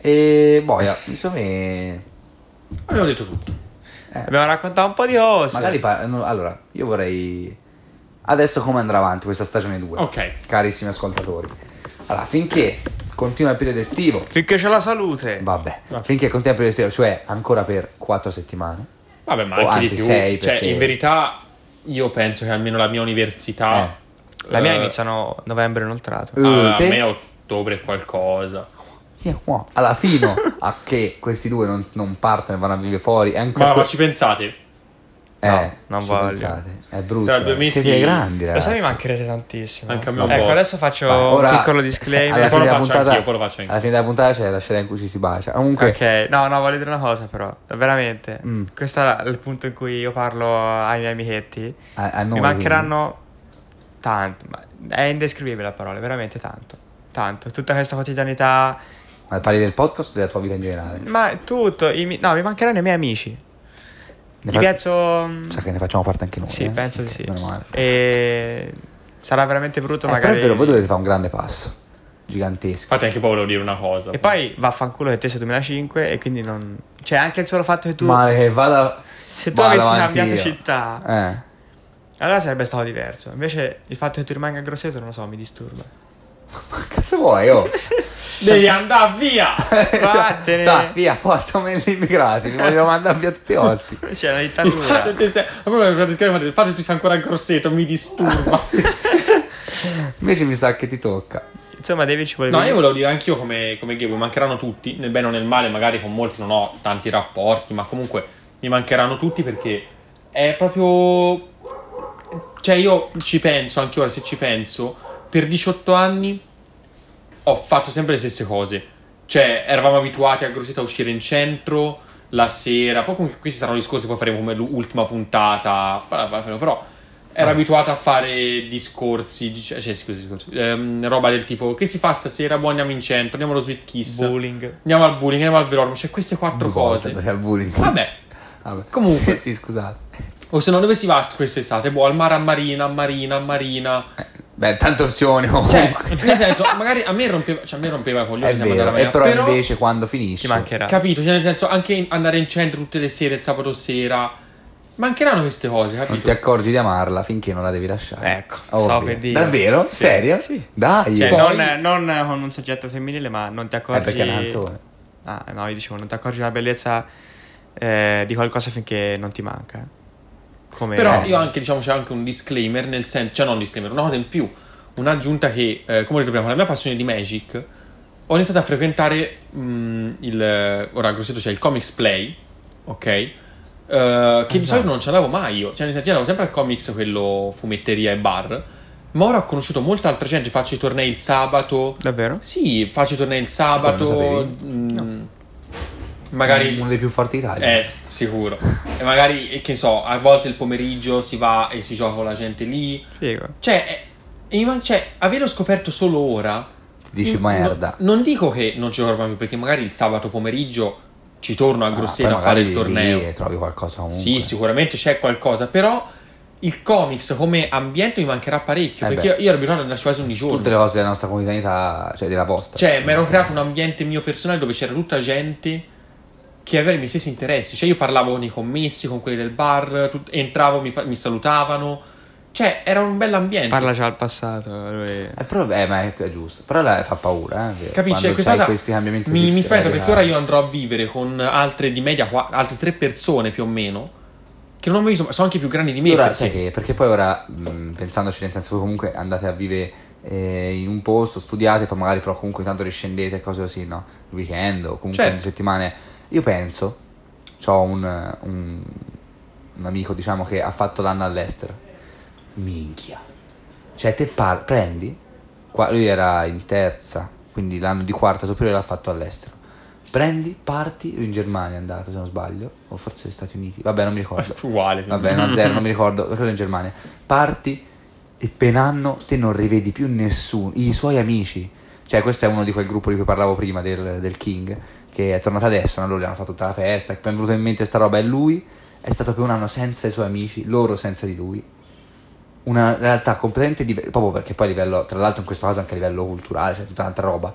S1: Eh. E boia, insomma, eh,
S2: Abbiamo detto tutto.
S3: Abbiamo raccontato un po' di cose.
S1: magari. pa- no, allora, io vorrei. Adesso come andrà avanti questa stagione 2?
S2: Ok.
S1: Carissimi ascoltatori. Allora, finché continua il periodo estivo,
S3: Finché c'è la salute.
S1: Vabbè,
S2: Vabbè.
S1: finché contiamo per il periodo estivo, cioè ancora per 4 settimane.
S2: Vabbè, ma
S1: O
S2: anche
S1: anzi,
S2: di più.
S1: sei, perché-
S2: Cioè, in verità, io penso che almeno la mia università.
S3: La mia
S2: eh,
S3: iniziano novembre inoltrato.
S1: Eh,
S2: Ah, a
S1: te?
S2: me a ottobre qualcosa.
S1: Via qua. Alla fine, a che questi due non, non partono e vanno a vivere fuori, è ancora...
S2: Ma, ma
S1: più-
S2: ci pensate?
S1: eh,
S3: No, non
S1: ci
S3: voglio.
S1: pensate, È brutto.
S2: Tra due
S1: eh.
S2: mesi-
S1: Siete grandi,
S3: Lo
S1: ragazzi.
S3: sai, mi mancherete tantissimo.
S2: Anche a me
S1: un
S2: po'.
S3: Ecco, adesso faccio
S1: Vai,
S3: un
S1: ora-
S3: piccolo
S1: alla
S3: disclaimer.
S2: Poi
S1: fine
S2: lo
S1: della
S2: faccio
S1: puntata,
S2: anch'io, poi lo faccio anch'io.
S1: Alla fine della puntata c'è la scena in cui ci si bacia. Comunque,
S3: Ok, no, no, voglio dire una cosa però, veramente,
S1: Mm.
S3: questo è il punto in cui io parlo ai miei amichetti,
S1: Ah, a, a noi,
S3: mi mancheranno tanto, ma è indescrivibile la parola, veramente tanto, tanto, tutta questa quotidianità,
S1: quindi. Ma parli del podcast o della tua vita in generale?
S3: ma tutto, i mi- no, mi mancheranno i miei amici,
S1: Ne
S3: mi
S1: fa-
S3: piazzo...
S1: Sa che ne facciamo parte anche noi.
S3: Sì,
S1: eh?
S3: penso di
S1: Ok,
S3: sì.
S1: meno male.
S3: E sarà veramente brutto
S1: Eh,
S3: magari.
S1: Però è vero, voi dovete fare un grande passo. Gigantesco.
S2: Infatti, anche poi volevo dire una cosa.
S3: E poi vaffanculo che te sei 2005 e quindi non... Cioè anche il solo fatto che tu...
S1: Male che vada...
S3: Se tu
S1: vada
S3: avessi
S1: avanti
S3: cambiato
S1: io.
S3: città,
S1: Eh.
S3: allora sarebbe stato diverso. Invece il fatto che tu rimanga a Grosseto, non lo so, mi disturba.
S1: Ma cazzo vuoi, oh?
S2: Devi andare via!
S1: Eh,
S3: Vattene!
S1: Dai, via, forza, me gli immigrati, mi vogliono mandare via tutti i ospiti.
S3: C'è una
S2: Fate
S3: dittatura.
S2: te stai- Ma poi mi fate scrivere, fate- Fate tu sei ancora grossetto, mi disturba.
S1: Invece mi sa che ti tocca.
S3: Insomma, David ci voleva...
S2: No, io volevo dire anch'io come, come Gabo, mi mancheranno tutti, nel bene o nel male, magari con molti non ho tanti rapporti, ma comunque mi mancheranno tutti perché è proprio... Cioè io ci penso, anche ora se ci penso, per 18 anni ho fatto sempre le stesse cose. Cioè eravamo abituati a Grosseto a uscire in centro la sera, poi comunque questi saranno discorsi, poi faremo come l'ultima puntata, però era abituata a fare discorsi, dic- cioè scusi, discorsi, ehm, roba del tipo che si fa stasera, buon andiamo in centro, andiamo allo sweet kiss,
S3: Bullying.
S2: andiamo al bullying, andiamo al velorum, cioè queste quattro
S1: Due
S2: cose.
S1: perché al bullying.
S2: Vabbè.
S1: Vabbè.
S2: Comunque.
S1: Sì, sì, scusate.
S2: O se no dove si va quest'estate? Boh, al mare a Marina, a Marina, a Marina.
S1: Eh, Beh, tante opzioni
S2: Cioè,
S1: comunque.
S2: nel senso, magari a me rompeva, cioè a me rompeva con gli
S1: è vero, e però, invece quando
S3: Ti
S1: finisce...
S3: mancherà.
S2: Capito? Cioè, nel senso, anche in- andare in centro tutte le sere, il sabato sera. Mancheranno queste cose,
S1: Non
S2: capito?
S1: ti accorgi di amarla finché non la devi lasciare.
S3: Ecco,
S1: Oh,
S3: so
S1: via.
S3: per dire.
S1: Davvero?
S3: Sì.
S1: Serio?
S3: Sì.
S1: Dai.
S3: Cioè,
S1: Poi-
S3: non, non con un soggetto femminile, ma non ti
S1: Eh,
S3: accorgi...
S1: perché è una canzone.
S3: Ah, no, io dicevo, non ti accorgi della bellezza eh, di qualcosa finché non ti manca. Come...
S2: Però
S1: Eh.
S2: io anche, diciamo, c'è anche un disclaimer, nel senso, cioè non un disclaimer, una cosa in più, un'aggiunta che, eh, come ho detto prima, con la mia passione di Magic, ho iniziato a frequentare mm, il, eh, ora a grossetto c'è il Comics Play, ok? Eh,
S1: Ah,
S2: che di solito non ci andavo mai io, cioè nel senso, io andavo sempre al Comics, quello fumetteria e bar, ma ora ho conosciuto molta altra gente, faccio i tornei il sabato,
S3: Davvero?
S2: Sì, faccio i tornei il
S1: Come
S2: sabato.
S1: lo
S2: mm, magari
S1: uno dei più forti d'Italia.
S2: Eh, s- sicuro. E magari, eh, che so, a volte il pomeriggio si va e si gioca con la gente lì.
S3: Figo.
S2: Cioè, eh, e ma- cioè, averlo scoperto solo ora.
S1: Ti dici
S2: n-
S1: merda.
S2: no- non dico che non ci torno più, perché magari il sabato pomeriggio ci torno a
S1: Ah,
S2: Grosseto
S1: poi
S2: a fare
S1: magari
S2: il torneo.
S1: lì e trovi qualcosa comunque.
S2: Sì, sicuramente c'è qualcosa, però il comics come ambiente mi mancherà parecchio,
S1: Eh
S2: perché
S1: beh.
S2: io, io ero abituato ad andarci quasi ogni giorno.
S1: Tutte le cose della nostra comunità, cioè della vostra.
S2: Cioè, mi ero creato un ambiente mio personale dove c'era tutta gente che aveva i miei stessi interessi. Cioè, io parlavo con i commessi, con quelli del bar, tut- entravo, mi, pa- mi salutavano. Cioè, era un bel ambiente.
S3: Parla già al passato. Lui.
S1: Eh, però, eh, ma è, è giusto. Però la- fa paura, eh. che quando
S2: Capisci? Cioè,
S1: fai
S2: questa
S1: questi
S2: cosa
S1: cambiamenti
S2: mi,
S1: così
S2: mi spaventa perché ora
S1: radicali.
S2: io andrò a vivere con altre di media, qua- altre tre persone più o meno, che non ho mai visto, ma sono anche più grandi di me.
S1: Ora,
S2: perché-
S1: sai che, perché poi ora, mh, pensandoci, nel senso che comunque andate a vivere eh, in un posto, studiate, poi magari però comunque tanto riscendete e cose così, no? Il weekend o comunque
S2: Certo.
S1: in settimane. Io penso, ho un, un- un amico, diciamo, che ha fatto l'anno all'estero. Minchia. Cioè, te par- prendi, qua- lui era in terza, quindi l'anno di quarta superiore l'ha fatto all'estero. Prendi, parti, in Germania è andato se non sbaglio, o forse negli Stati Uniti, vabbè non mi ricordo.
S2: uguale.
S1: Vabbè, no, zero, non mi ricordo, credo in Germania. Parti e per un anno te non rivedi più nessuno, i suoi amici. Cioè, questo è uno di quel gruppo di cui parlavo prima, del, del King, che è tornato adesso, no? loro gli hanno fatto tutta la festa, poi è venuto in mente sta roba e lui è stato per un anno senza i suoi amici, loro senza di lui. Una realtà completamente diversa, proprio perché poi a livello, tra l'altro in questo caso anche a livello culturale, c'è tutta un'altra roba.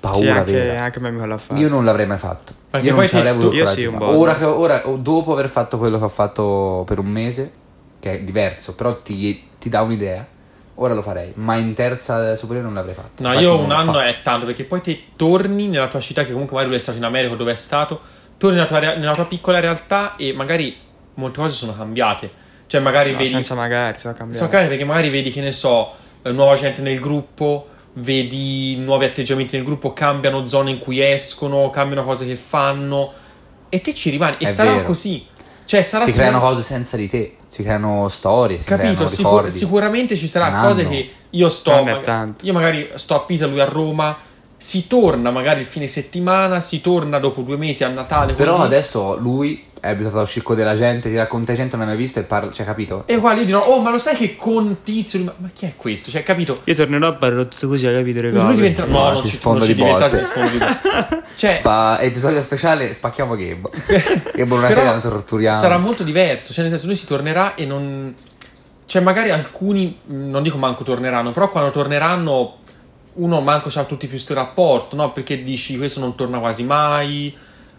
S1: Paura
S3: Sì, anche,
S1: vera.
S3: anche mio amico l'ha fatto.
S1: Io non l'avrei mai fatto.
S2: Perché
S1: io non
S2: poi
S1: ci avrei
S2: sì,
S1: avuto
S3: tu-
S1: il
S3: io
S1: coraggio
S3: sì,
S1: di
S3: un
S1: farlo.
S3: po'.
S1: Ora, che, ora, o dopo aver fatto quello che ho fatto per un mese, che è diverso, però ti, ti dà un'idea, ora lo farei. Ma in terza superiore non l'avrei fatto.
S2: No,
S1: Infatti
S2: io
S1: non
S2: un
S1: l'ho
S2: anno
S1: fatto.
S2: è tanto perché poi te torni nella tua città, che comunque magari lui è stato in America o dove è stato, torni nella tua, rea- nella tua piccola realtà e magari molte cose sono cambiate. Cioè, magari
S3: No,
S2: vedi.
S3: senza magari, sono
S2: sono
S3: cambiato.
S2: cambiate perché magari vedi, che ne so, eh, nuova gente nel gruppo, vedi nuovi atteggiamenti nel gruppo, cambiano zone in cui escono, cambiano cose che fanno. E te ci rimani. E
S1: È
S2: sarà
S1: vero.
S2: così. Cioè, sarà
S1: Si
S2: solo-
S1: creano cose senza di te, si creano storie, si
S2: Capito,
S1: creano
S2: sicur-
S1: ricordi.
S2: sicuramente ci sarà
S1: Un anno.
S2: cose che io sto.
S3: Tanto è
S2: maga-
S3: tanto.
S2: io magari sto a Pisa, lui a Roma. Si torna magari il fine settimana, si torna dopo due mesi a Natale.
S1: Però
S2: così.
S1: adesso lui è abituato a uscire con della gente, ti racconta gente, non hai mai visto e parla, cioè capito?
S2: E qua io dirò, oh, ma lo sai che con Tizio. Ma, ma chi è questo? Cioè, capito?
S3: Io tornerò a parlo tutto così, hai capito, raga?
S2: Lui diventa.
S1: No,
S2: No, non
S1: ti
S2: ci,
S1: sfondo
S2: non ci
S1: di
S2: diventa.
S1: botte.
S2: ti sfondo di botte. cioè,
S1: Fa episodio speciale, spacchiamo Gabbo. Gabbo una
S2: però
S1: sera lo torturiamo.
S2: Sarà molto diverso. Cioè, nel senso, lui si tornerà e non. Cioè, magari alcuni, mh, non dico manco torneranno, però quando torneranno, uno manco c'ha tutti più sto rapporto, no? Perché dici questo non torna quasi mai.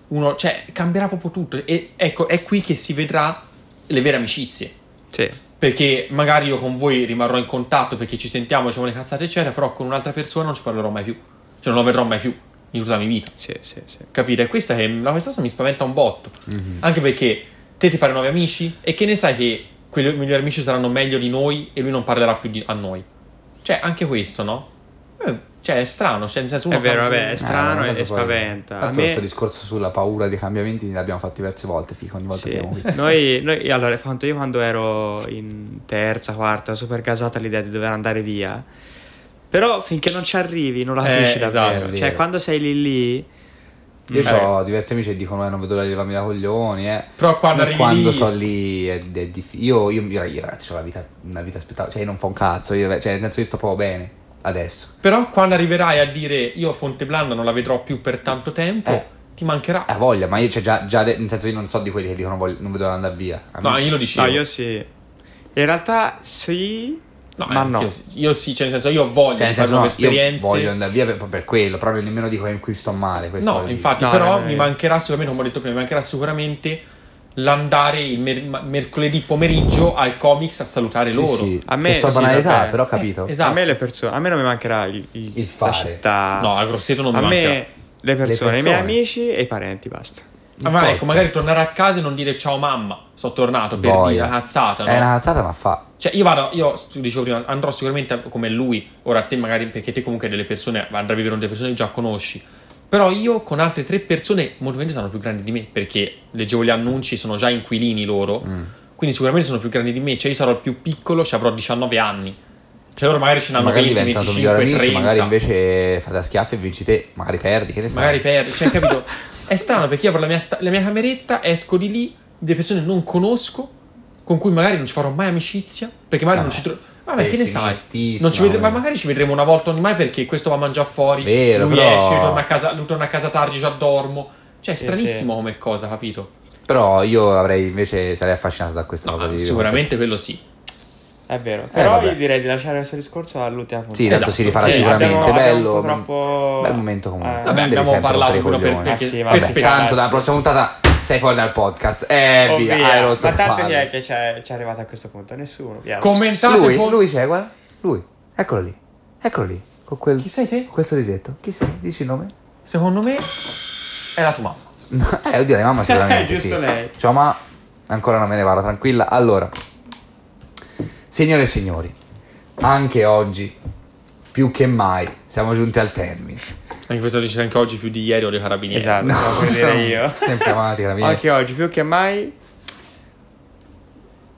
S2: Uno, cioè, cambierà proprio tutto. E ecco, è qui che si vedrà le vere amicizie.
S3: Sì.
S2: Perché magari io con voi rimarrò in contatto perché ci sentiamo, diciamo le cazzate, eccetera, però con un'altra persona non ci parlerò mai più. Cioè, non lo vedrò mai più in tutta la mia vita
S3: Sì, sì, sì.
S2: capire. Questa è la questa cosa mi spaventa un botto.
S1: Mhm.
S2: Anche perché te ti fare nuovi amici e che ne sai che quei migliori amici saranno meglio di noi e lui non parlerà più di- a noi. Cioè, anche questo, no? Eh, Cioè, è strano. Cioè, nel senso uno
S3: È vero,
S2: cambia-
S3: vabbè, è
S1: Eh,
S3: strano
S1: ma
S3: e-
S1: tanto
S3: e
S1: poi-
S3: spaventa. A
S1: Tanto questo
S3: me...
S1: discorso sulla paura dei cambiamenti l'abbiamo fatto diverse volte, fico, ogni volta
S3: Sì.
S1: che siamo qui.
S3: Noi, noi- allora, quanto io quando ero in terza, quarta, super gasata all'idea di dover andare via. Però finché non ci arrivi non la
S2: Eh,
S3: capisci davvero.
S1: esatto.
S3: Cioè, quando sei lì lì,
S1: Io
S2: Eh.
S1: ho diversi amici che dicono: eh, non vedo l'ora di levarmi da coglioni. Eh.
S2: Però quando
S1: Fino a
S2: arrivi
S1: quando
S2: lì-
S1: sono lì è, è difficile. Io, io, io, ragazzi, ho la vita, una vita spettacolare. Cioè, io non fa un cazzo. Io, cioè, nel senso, io sto proprio bene adesso.
S2: Però quando arriverai a dire io Fonte Blanda non la vedrò più per tanto tempo,
S1: Eh.
S2: ti mancherà.
S1: Ha voglia, ma io c'è già, già de- nel senso, io non so di quelli che dicono: voglio- non vedo l'ora di andare via. A
S2: No,
S1: me-
S2: io lo dicevo.
S3: no, io sì. In realtà sì,
S2: No,
S3: ma
S2: anche
S3: no.
S2: Io, sì. Io sì, cioè, nel senso, io voglio
S1: Cioè, nel
S2: di fare
S1: senso, no,
S2: nuove
S1: io
S2: esperienze.
S1: voglio andare via per, per quello. Però nemmeno dico in cui sto male. questo
S2: No,
S1: voglio dire.
S2: infatti,
S3: No,
S2: però
S3: no, eh. no,
S2: mi
S3: no.
S2: mancherà sicuramente, come ho detto prima, mi mancherà sicuramente l'andare il mer- ma- mercoledì pomeriggio al comics a salutare
S1: Sì,
S2: loro.
S1: sì,
S3: A me
S1: che so
S3: sì,
S1: banalità,
S3: vabbè.
S1: però ho capito.
S2: Eh, esatto.
S3: a me le persone, a me non mi mancherà il, il-
S1: Il
S3: la
S1: fare.
S3: città.
S2: No, a Grosseto non
S3: a
S2: mi
S3: me
S2: mancherà.
S3: le persone, i miei
S1: persone.
S3: amici e i parenti, basta.
S2: Ah, ma
S1: podcast.
S2: ecco, magari tornare a casa e non dire ciao mamma, sono tornato per
S1: Boia.
S2: dire una cazzata. no?
S1: È una cazzata, ma fa.
S2: Cioè, io vado, io st- dicevo prima, andrò sicuramente a- come lui, ora te magari perché te comunque delle persone, andrai a vivere con delle persone che già conosci. Però io con altre tre persone, molto probabilmente saranno più grandi di me, perché leggevo gli annunci, sono già inquilini loro,
S1: Mm.
S2: quindi sicuramente sono più grandi di me, cioè io sarò il più piccolo, ci avrò 19 cioè anni. Cioè loro magari ce n'hanno
S1: magari
S2: 20,
S1: diventano
S2: 25,
S1: migliori amici,
S2: 30.
S1: magari invece fate a schiaffi e vinci te, magari perdi, che ne sai.
S2: Magari perdi, cioè, capito? È strano perché io avrò la mia, sta- la mia cameretta, esco di lì, delle persone non conosco, con cui magari non ci farò mai amicizia, perché magari
S1: No,
S2: non ci trovo... Vabbè, che ne sai?
S1: pessimistissimo.
S2: Non ci vedremo- ma magari ci vedremo una volta ogni mai perché questo va a mangiare fuori,
S1: Vero,
S2: lui
S1: però-
S2: esce, torna a casa, lui torna a casa tardi, già dormo. Cioè, è
S3: Sì,
S2: stranissimo come cosa, capito?
S1: Però io avrei invece sarei affascinato da questa cosa
S2: Ah,
S1: di
S2: sicuramente quello sì.
S3: È vero. Però
S1: vabbè.
S3: io direi di lasciare questo discorso all'ultima puntata.
S1: Sì, tanto
S2: Esatto.
S1: si rifarà
S2: Sì,
S1: sicuramente.
S3: abbiamo-
S1: bello.
S3: abbiamo un po' troppo-
S1: Bel momento comunque.
S3: Eh,
S1: Non
S2: Vabbè,
S1: devi
S2: abbiamo
S1: sempre
S2: parlato
S1: rompere i
S2: pure per,
S1: coglioni. eh.
S2: perché,
S3: Ah, sì,
S2: per
S3: vabbè.
S1: Vabbè,
S2: spezzarsi.
S1: tanto dalla prossima puntata sei fuori dal podcast. Eh,
S3: Oh,
S1: via,
S3: via.
S1: hai rotto
S3: Ma
S1: il
S3: tanto chi
S1: palle.
S3: è che c'è, c'è arrivato a questo punto? Nessuno. Via.
S2: Commentate
S1: Lui,
S2: con-
S1: lui c'è, guarda. Lui, eccolo lì. Eccolo lì. Con quel,
S2: Chi sei te?
S1: con quel sorrisetto. Chi sei? Dici il nome?
S2: Secondo me è la tua mamma.
S1: No, eh, oddio, la mamma sicuramente.
S3: Giusto
S1: sì.
S3: lei.
S1: Ciao, ma ancora non me ne vado, tranquilla. Allora, signore e signori, anche oggi, più che mai, siamo giunti al termine.
S2: Anche questo dice anche oggi più di ieri o dei carabinieri.
S3: Esatto,
S1: No,
S3: lo puoi dire io.
S1: sempre avanti, la mia.
S3: Anche oggi, più che mai...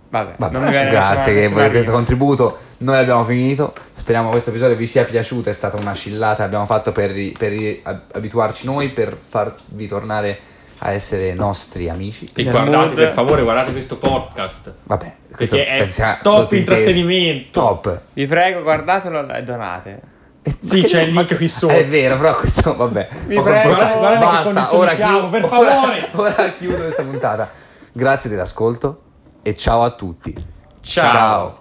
S3: Vabbè,
S1: Vabbè,
S3: non mi viene
S1: grazie che
S3: nessuna-
S1: per questo
S3: nessuna rima.
S1: contributo. Noi abbiamo finito. Speriamo questo episodio vi sia piaciuto. È stata una scillata che abbiamo fatto per, ri- per ri- ab- abituarci noi, per farvi tornare a essere nostri amici.
S2: E
S3: Nel
S2: guardate,
S3: mood-
S2: per favore, guardate questo podcast.
S1: Vabbè, questo
S2: Perché è
S1: pensa-
S2: top
S1: tutto inteso.
S2: intrattenimento.
S1: Top.
S3: Vi prego, guardatelo e donate.
S1: E-
S2: Sì,
S1: Eh, ma che-
S2: c'è il
S1: ma
S2: link
S1: che-
S2: qui sotto.
S1: È vero, però questo, vabbè.
S3: Mi
S1: Ho
S3: prego,
S1: comportato-
S2: guarda- guarda che
S1: Basta,
S2: condizioni
S1: ora,
S2: siamo, per
S1: ora-
S2: favore.
S1: ora chiudo questa puntata. Grazie dell'ascolto e ciao a tutti.
S3: Ciao.